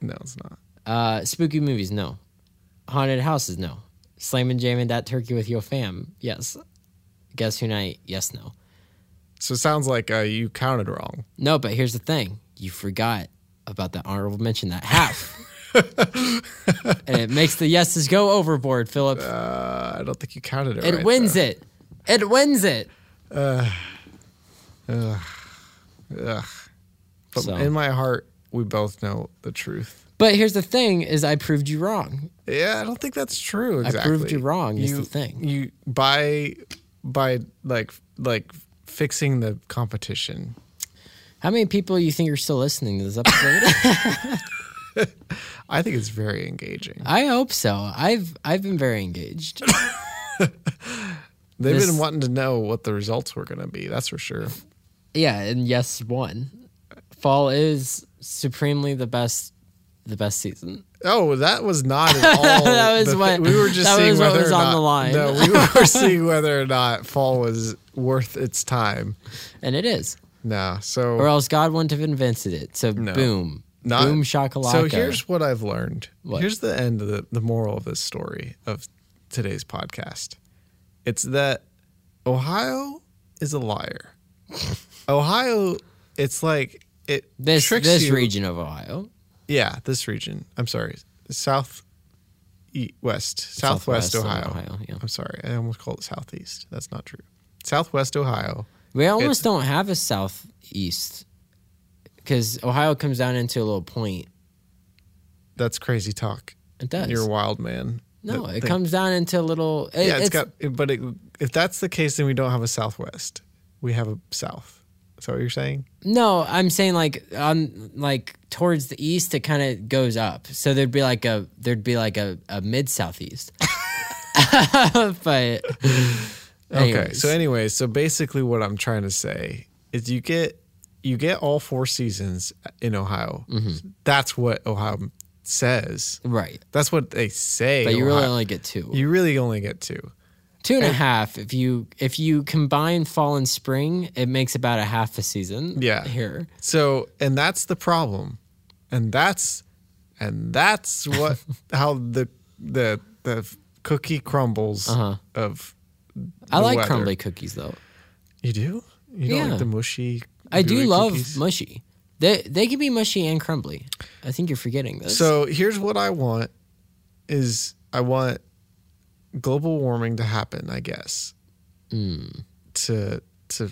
[SPEAKER 2] no, it's not.
[SPEAKER 1] Uh, spooky movies, no. Haunted houses, no. Slamming jamming that turkey with your fam, yes. Guess who night? Yes, no.
[SPEAKER 2] So it sounds like uh, you counted wrong.
[SPEAKER 1] No, but here's the thing: you forgot about that honorable mention, that half, and it makes the yeses go overboard. Philip,
[SPEAKER 2] Uh, I don't think you counted it.
[SPEAKER 1] it
[SPEAKER 2] right,
[SPEAKER 1] wins it. It wins it.
[SPEAKER 2] But
[SPEAKER 1] So.
[SPEAKER 2] in my heart, we both know the truth.
[SPEAKER 1] But here's the thing: is I proved you wrong.
[SPEAKER 2] Yeah, I don't think that's true. Exactly.
[SPEAKER 1] proved you wrong is the thing.
[SPEAKER 2] You by by like like fixing the competition.
[SPEAKER 1] How many people you think are still listening to this episode?
[SPEAKER 2] I think it's very engaging.
[SPEAKER 1] I hope so. I've I've been very engaged.
[SPEAKER 2] They've
[SPEAKER 1] This-
[SPEAKER 2] been wanting to know what the results were going to be. That's for sure.
[SPEAKER 1] Yeah, and yes, one. Fall is supremely the best, the best season.
[SPEAKER 2] Oh, that was not at all.
[SPEAKER 1] That was
[SPEAKER 2] the thi-
[SPEAKER 1] what-
[SPEAKER 2] we were just
[SPEAKER 1] that
[SPEAKER 2] seeing
[SPEAKER 1] was what
[SPEAKER 2] whether
[SPEAKER 1] was
[SPEAKER 2] or
[SPEAKER 1] on
[SPEAKER 2] not-
[SPEAKER 1] the line.
[SPEAKER 2] No, we were seeing whether or not fall was worth its time.
[SPEAKER 1] And it is.
[SPEAKER 2] No, so
[SPEAKER 1] Or else God wouldn't have invented it. So boom.
[SPEAKER 2] Not-
[SPEAKER 1] boom shakalaka.
[SPEAKER 2] So here's what I've learned.
[SPEAKER 1] What?
[SPEAKER 2] Here's the end of the, the moral of this story of today's podcast. It's that Ohio is a liar. Ohio, it's like it
[SPEAKER 1] this
[SPEAKER 2] tricks
[SPEAKER 1] this
[SPEAKER 2] you.
[SPEAKER 1] region of Ohio.
[SPEAKER 2] Yeah, this region. I'm sorry, south, e- west,
[SPEAKER 1] Southwest
[SPEAKER 2] southwest,
[SPEAKER 1] of
[SPEAKER 2] Ohio.
[SPEAKER 1] Ohio, yeah.
[SPEAKER 2] I'm sorry, I almost called it southeast. That's not true. Southwest Ohio.
[SPEAKER 1] We almost
[SPEAKER 2] It's-
[SPEAKER 1] don't have a southeast. Because Ohio comes down into a little point.
[SPEAKER 2] That's crazy talk.
[SPEAKER 1] It does.
[SPEAKER 2] You're a wild man.
[SPEAKER 1] no,
[SPEAKER 2] That
[SPEAKER 1] it
[SPEAKER 2] thing-
[SPEAKER 1] comes down into a little. It,
[SPEAKER 2] Yeah,
[SPEAKER 1] it's,
[SPEAKER 2] it's got. But it, if that's the case, then we don't have a southwest. We have a south. Is that what you're saying?
[SPEAKER 1] No, I'm saying like on like towards the east, it kind of goes up. So there'd be like a there'd be like a, a mid southeast. but
[SPEAKER 2] Okay.
[SPEAKER 1] anyways.
[SPEAKER 2] So anyway, so basically, what I'm trying to say is, you get you get all four seasons in Ohio.
[SPEAKER 1] Mm-hmm.
[SPEAKER 2] That's what Ohio says.
[SPEAKER 1] right,
[SPEAKER 2] That's what they say.
[SPEAKER 1] but you really
[SPEAKER 2] Ohio-
[SPEAKER 1] only get two.
[SPEAKER 2] You really only get two.
[SPEAKER 1] Two and a half. If you if you combine fall and spring, it makes about a half a season.
[SPEAKER 2] Yeah.
[SPEAKER 1] Here,
[SPEAKER 2] So, and that's the problem, and that's, and that's what how the the the cookie crumbles
[SPEAKER 1] Uh-huh.
[SPEAKER 2] of.
[SPEAKER 1] I
[SPEAKER 2] the
[SPEAKER 1] like
[SPEAKER 2] weather.
[SPEAKER 1] crumbly cookies though.
[SPEAKER 2] You do? You don't
[SPEAKER 1] Yeah.
[SPEAKER 2] like the mushy?
[SPEAKER 1] I do
[SPEAKER 2] gooey
[SPEAKER 1] love
[SPEAKER 2] cookies?
[SPEAKER 1] mushy. They they can be mushy and crumbly. I think you're forgetting this.
[SPEAKER 2] So here's what I want: is I want global warming to happen. I guess
[SPEAKER 1] Hmm.
[SPEAKER 2] to to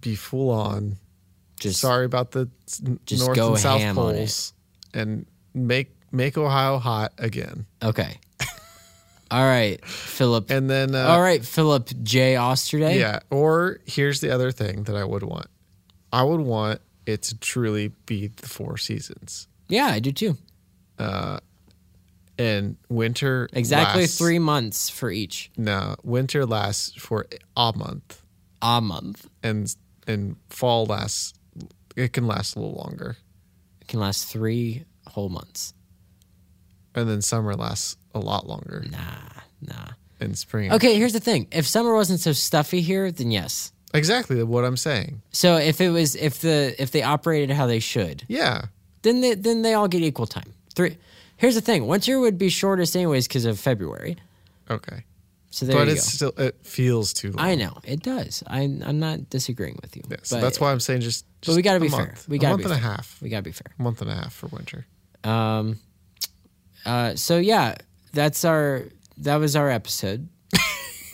[SPEAKER 2] be full on.
[SPEAKER 1] just
[SPEAKER 2] Sorry about the s-
[SPEAKER 1] just
[SPEAKER 2] north
[SPEAKER 1] go
[SPEAKER 2] and south
[SPEAKER 1] ham on it.
[SPEAKER 2] poles, and make make Ohio hot again.
[SPEAKER 1] okay. All right, Philip.
[SPEAKER 2] And then, uh,
[SPEAKER 1] All right, Philip J. Osterday.
[SPEAKER 2] yeah. Or here's the other thing that I would want: I would want it to truly be the four seasons,
[SPEAKER 1] Yeah, I do too.
[SPEAKER 2] and winter
[SPEAKER 1] Exactly
[SPEAKER 2] lasts-
[SPEAKER 1] three months for each.
[SPEAKER 2] No, winter lasts for a month,
[SPEAKER 1] A month.
[SPEAKER 2] and and fall lasts. It can last a little longer,
[SPEAKER 1] It can last three whole months.
[SPEAKER 2] and then summer lasts a lot longer,
[SPEAKER 1] Nah, nah.
[SPEAKER 2] and spring.
[SPEAKER 1] Okay, here's the thing. If summer wasn't so stuffy here, then yes.
[SPEAKER 2] exactly what I'm saying.
[SPEAKER 1] So if it was if the if they operated how they should,
[SPEAKER 2] Yeah,
[SPEAKER 1] then they then they all get equal time. Three here's the thing, winter would be shortest anyways because of February.
[SPEAKER 2] okay,
[SPEAKER 1] So there
[SPEAKER 2] but
[SPEAKER 1] you
[SPEAKER 2] it's
[SPEAKER 1] go.
[SPEAKER 2] still it feels too long.
[SPEAKER 1] I know, it does. I I'm not disagreeing with you.
[SPEAKER 2] Yeah, so
[SPEAKER 1] but
[SPEAKER 2] that's why I'm saying just. just
[SPEAKER 1] we gotta
[SPEAKER 2] a
[SPEAKER 1] be fair.
[SPEAKER 2] month.
[SPEAKER 1] We
[SPEAKER 2] A
[SPEAKER 1] gotta
[SPEAKER 2] month
[SPEAKER 1] be
[SPEAKER 2] and
[SPEAKER 1] fair.
[SPEAKER 2] a half.
[SPEAKER 1] we gotta be fair.
[SPEAKER 2] A month and a half for winter.
[SPEAKER 1] Uh, so yeah, that's our that was our episode.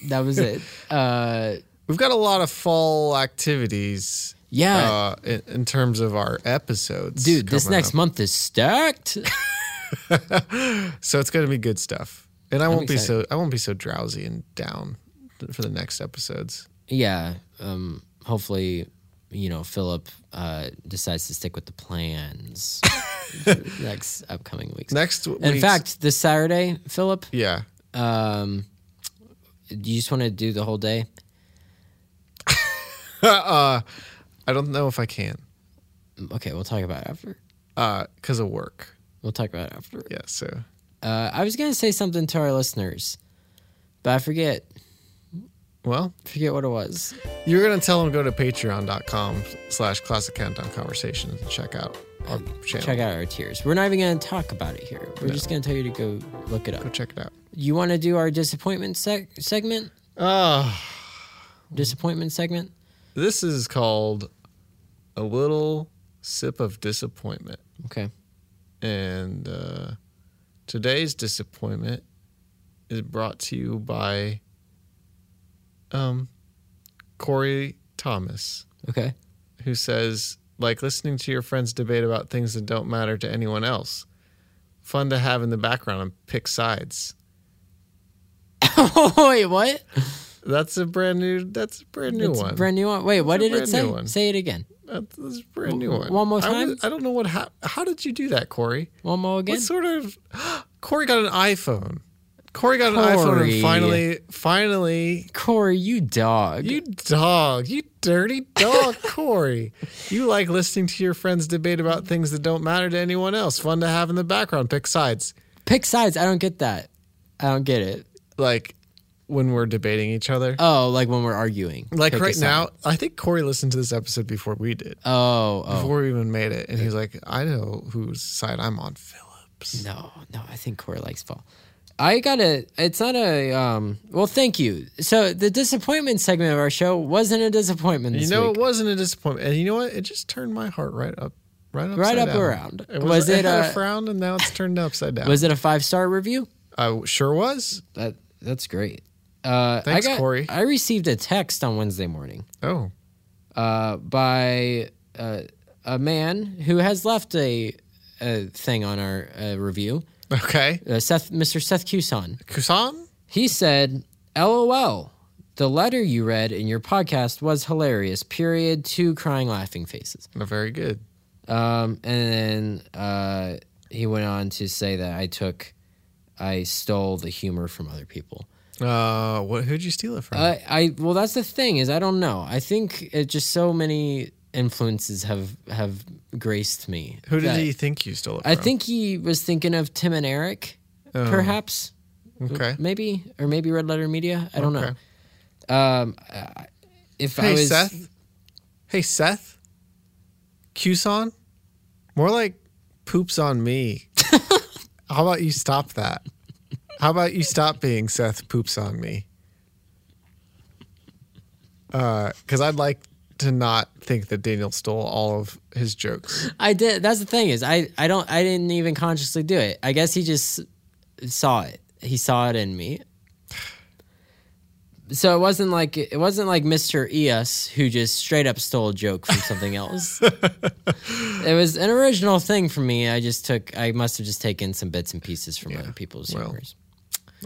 [SPEAKER 1] that was it. Uh,
[SPEAKER 2] We've got a lot of fall activities.
[SPEAKER 1] Yeah.
[SPEAKER 2] Uh, in, in terms of our episodes,
[SPEAKER 1] dude, this
[SPEAKER 2] coming
[SPEAKER 1] next
[SPEAKER 2] up.
[SPEAKER 1] month is stacked.
[SPEAKER 2] so it's going to be good stuff, and I won't be
[SPEAKER 1] excited.
[SPEAKER 2] so I won't be so drowsy and down th- for the next episodes.
[SPEAKER 1] yeah. Um, hopefully, you know, Philip uh, decides to stick with the plans. next upcoming weeks.
[SPEAKER 2] Next week.
[SPEAKER 1] In fact, this Saturday, Philip,
[SPEAKER 2] yeah.
[SPEAKER 1] um, do you just want to do the whole day?
[SPEAKER 2] uh, I don't know if I can
[SPEAKER 1] Okay, we'll talk about it after.
[SPEAKER 2] because of work.
[SPEAKER 1] We'll talk about it after.
[SPEAKER 2] Yeah. So
[SPEAKER 1] Uh, I was gonna say something to our listeners, but I forget
[SPEAKER 2] well,
[SPEAKER 1] forget what it was.
[SPEAKER 2] You're gonna tell them to go to patreon.com slash classic countdown conversations and check out our channel.
[SPEAKER 1] Check out our tiers. We're not even gonna talk about it here. We're just gonna tell you to go look it
[SPEAKER 2] Go
[SPEAKER 1] up.
[SPEAKER 2] check it out.
[SPEAKER 1] You want to do our disappointment seg- segment?
[SPEAKER 2] Ah,
[SPEAKER 1] Disappointment segment.
[SPEAKER 2] this is called a little sip of disappointment,
[SPEAKER 1] Okay.
[SPEAKER 2] and uh, today's disappointment is brought to you by um Corey Thomas.
[SPEAKER 1] Okay.
[SPEAKER 2] who says, like listening to your friends debate about things that don't matter to anyone else. Fun to have in the background and pick sides.
[SPEAKER 1] Wait, what?
[SPEAKER 2] That's a brand new. That's a brand new
[SPEAKER 1] It's a
[SPEAKER 2] one.
[SPEAKER 1] Brand new one. Wait, what
[SPEAKER 2] It's a
[SPEAKER 1] did it
[SPEAKER 2] brand
[SPEAKER 1] say?
[SPEAKER 2] new one.
[SPEAKER 1] Say it again.
[SPEAKER 2] that's, that's a brand new one.
[SPEAKER 1] One more
[SPEAKER 2] I, was-
[SPEAKER 1] time?
[SPEAKER 2] I don't know what. How, how did you do that, Corey?
[SPEAKER 1] One more again.
[SPEAKER 2] What sort of? Corey got an iPhone. Corey got an iPhone
[SPEAKER 1] Corey.
[SPEAKER 2] and finally, finally,
[SPEAKER 1] Corey, you dog.
[SPEAKER 2] You dog, you dirty dog, Corey. You like listening to your friends debate about things that don't matter to anyone else. Fun to have in the background. Pick sides.
[SPEAKER 1] Pick sides. I don't get that. I don't get it.
[SPEAKER 2] Like when we're debating each other.
[SPEAKER 1] Oh, like when we're arguing.
[SPEAKER 2] like
[SPEAKER 1] Pick a
[SPEAKER 2] right
[SPEAKER 1] side.
[SPEAKER 2] now, I think Corey listened to this episode before we did,
[SPEAKER 1] Oh, oh.
[SPEAKER 2] before we even made it. And he's like, I know whose side I'm on, Phillips.
[SPEAKER 1] No, no, I think Corey likes fall. I gotta. It's not a. Um, well, thank you. So the disappointment segment of our show wasn't a disappointment.
[SPEAKER 2] You
[SPEAKER 1] This
[SPEAKER 2] know,
[SPEAKER 1] week.
[SPEAKER 2] it wasn't a disappointment. And you know what? It just turned my heart right up. Right,
[SPEAKER 1] Right
[SPEAKER 2] upside
[SPEAKER 1] up
[SPEAKER 2] down.
[SPEAKER 1] around.
[SPEAKER 2] It was,
[SPEAKER 1] Was
[SPEAKER 2] it,
[SPEAKER 1] it
[SPEAKER 2] had
[SPEAKER 1] a-
[SPEAKER 2] a frown, and now it's turned upside down.
[SPEAKER 1] was it a five star review?
[SPEAKER 2] I sure was.
[SPEAKER 1] That that's great. Uh,
[SPEAKER 2] Thanks,
[SPEAKER 1] I got,
[SPEAKER 2] Corey.
[SPEAKER 1] I received a text on Wednesday morning
[SPEAKER 2] Oh,
[SPEAKER 1] uh, by uh, a man who has left a, a thing on our uh, review.
[SPEAKER 2] okay.
[SPEAKER 1] Uh, Seth, Mr. Seth Cuson.
[SPEAKER 2] Kusan?
[SPEAKER 1] He said, LOL, the letter you read in your podcast was hilarious. Period. Two crying laughing faces.
[SPEAKER 2] No, very good.
[SPEAKER 1] Um, and then uh, he went on to say that I took, I stole the humor from other people.
[SPEAKER 2] Uh, what? Who'd you steal it from?
[SPEAKER 1] I, I, well, that's the thing is I don't know. I think it just so many influences have, have graced me.
[SPEAKER 2] Who did
[SPEAKER 1] that-
[SPEAKER 2] he think you stole it from?
[SPEAKER 1] I think he was thinking of Tim and Eric,
[SPEAKER 2] Oh.
[SPEAKER 1] perhaps.
[SPEAKER 2] Okay.
[SPEAKER 1] maybe or maybe red letter media i don't
[SPEAKER 2] Okay.
[SPEAKER 1] know um I- if i
[SPEAKER 2] Hey
[SPEAKER 1] was
[SPEAKER 2] Seth. Hey Seth. Qson. More like poops on me. How about you stop that? How about you stop being Seth poops on me? Uh, because I'd like to not think that Daniel stole all of his jokes.
[SPEAKER 1] i did that's the thing is i i don't i didn't even consciously do it i guess he just saw it he saw it in me so it wasn't like it wasn't like mr eos who just straight up stole a joke from something else it was an original thing for me i just took i must have just taken some bits and pieces from other people's
[SPEAKER 2] well.
[SPEAKER 1] humors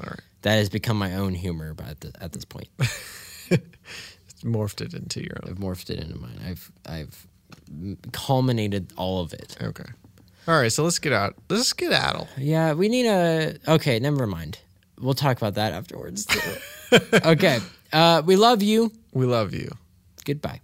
[SPEAKER 2] All right.
[SPEAKER 1] that has become my own humor by at, the, at this point
[SPEAKER 2] Morphed it into your own.
[SPEAKER 1] I've morphed it into mine. I've I've m- culminated all of it.
[SPEAKER 2] Okay. All right. So let's get out. Let's get addle.
[SPEAKER 1] Yeah, we need a. Okay, never mind. We'll talk about that afterwards. too. okay, uh, we love you.
[SPEAKER 2] We love you.
[SPEAKER 1] Goodbye.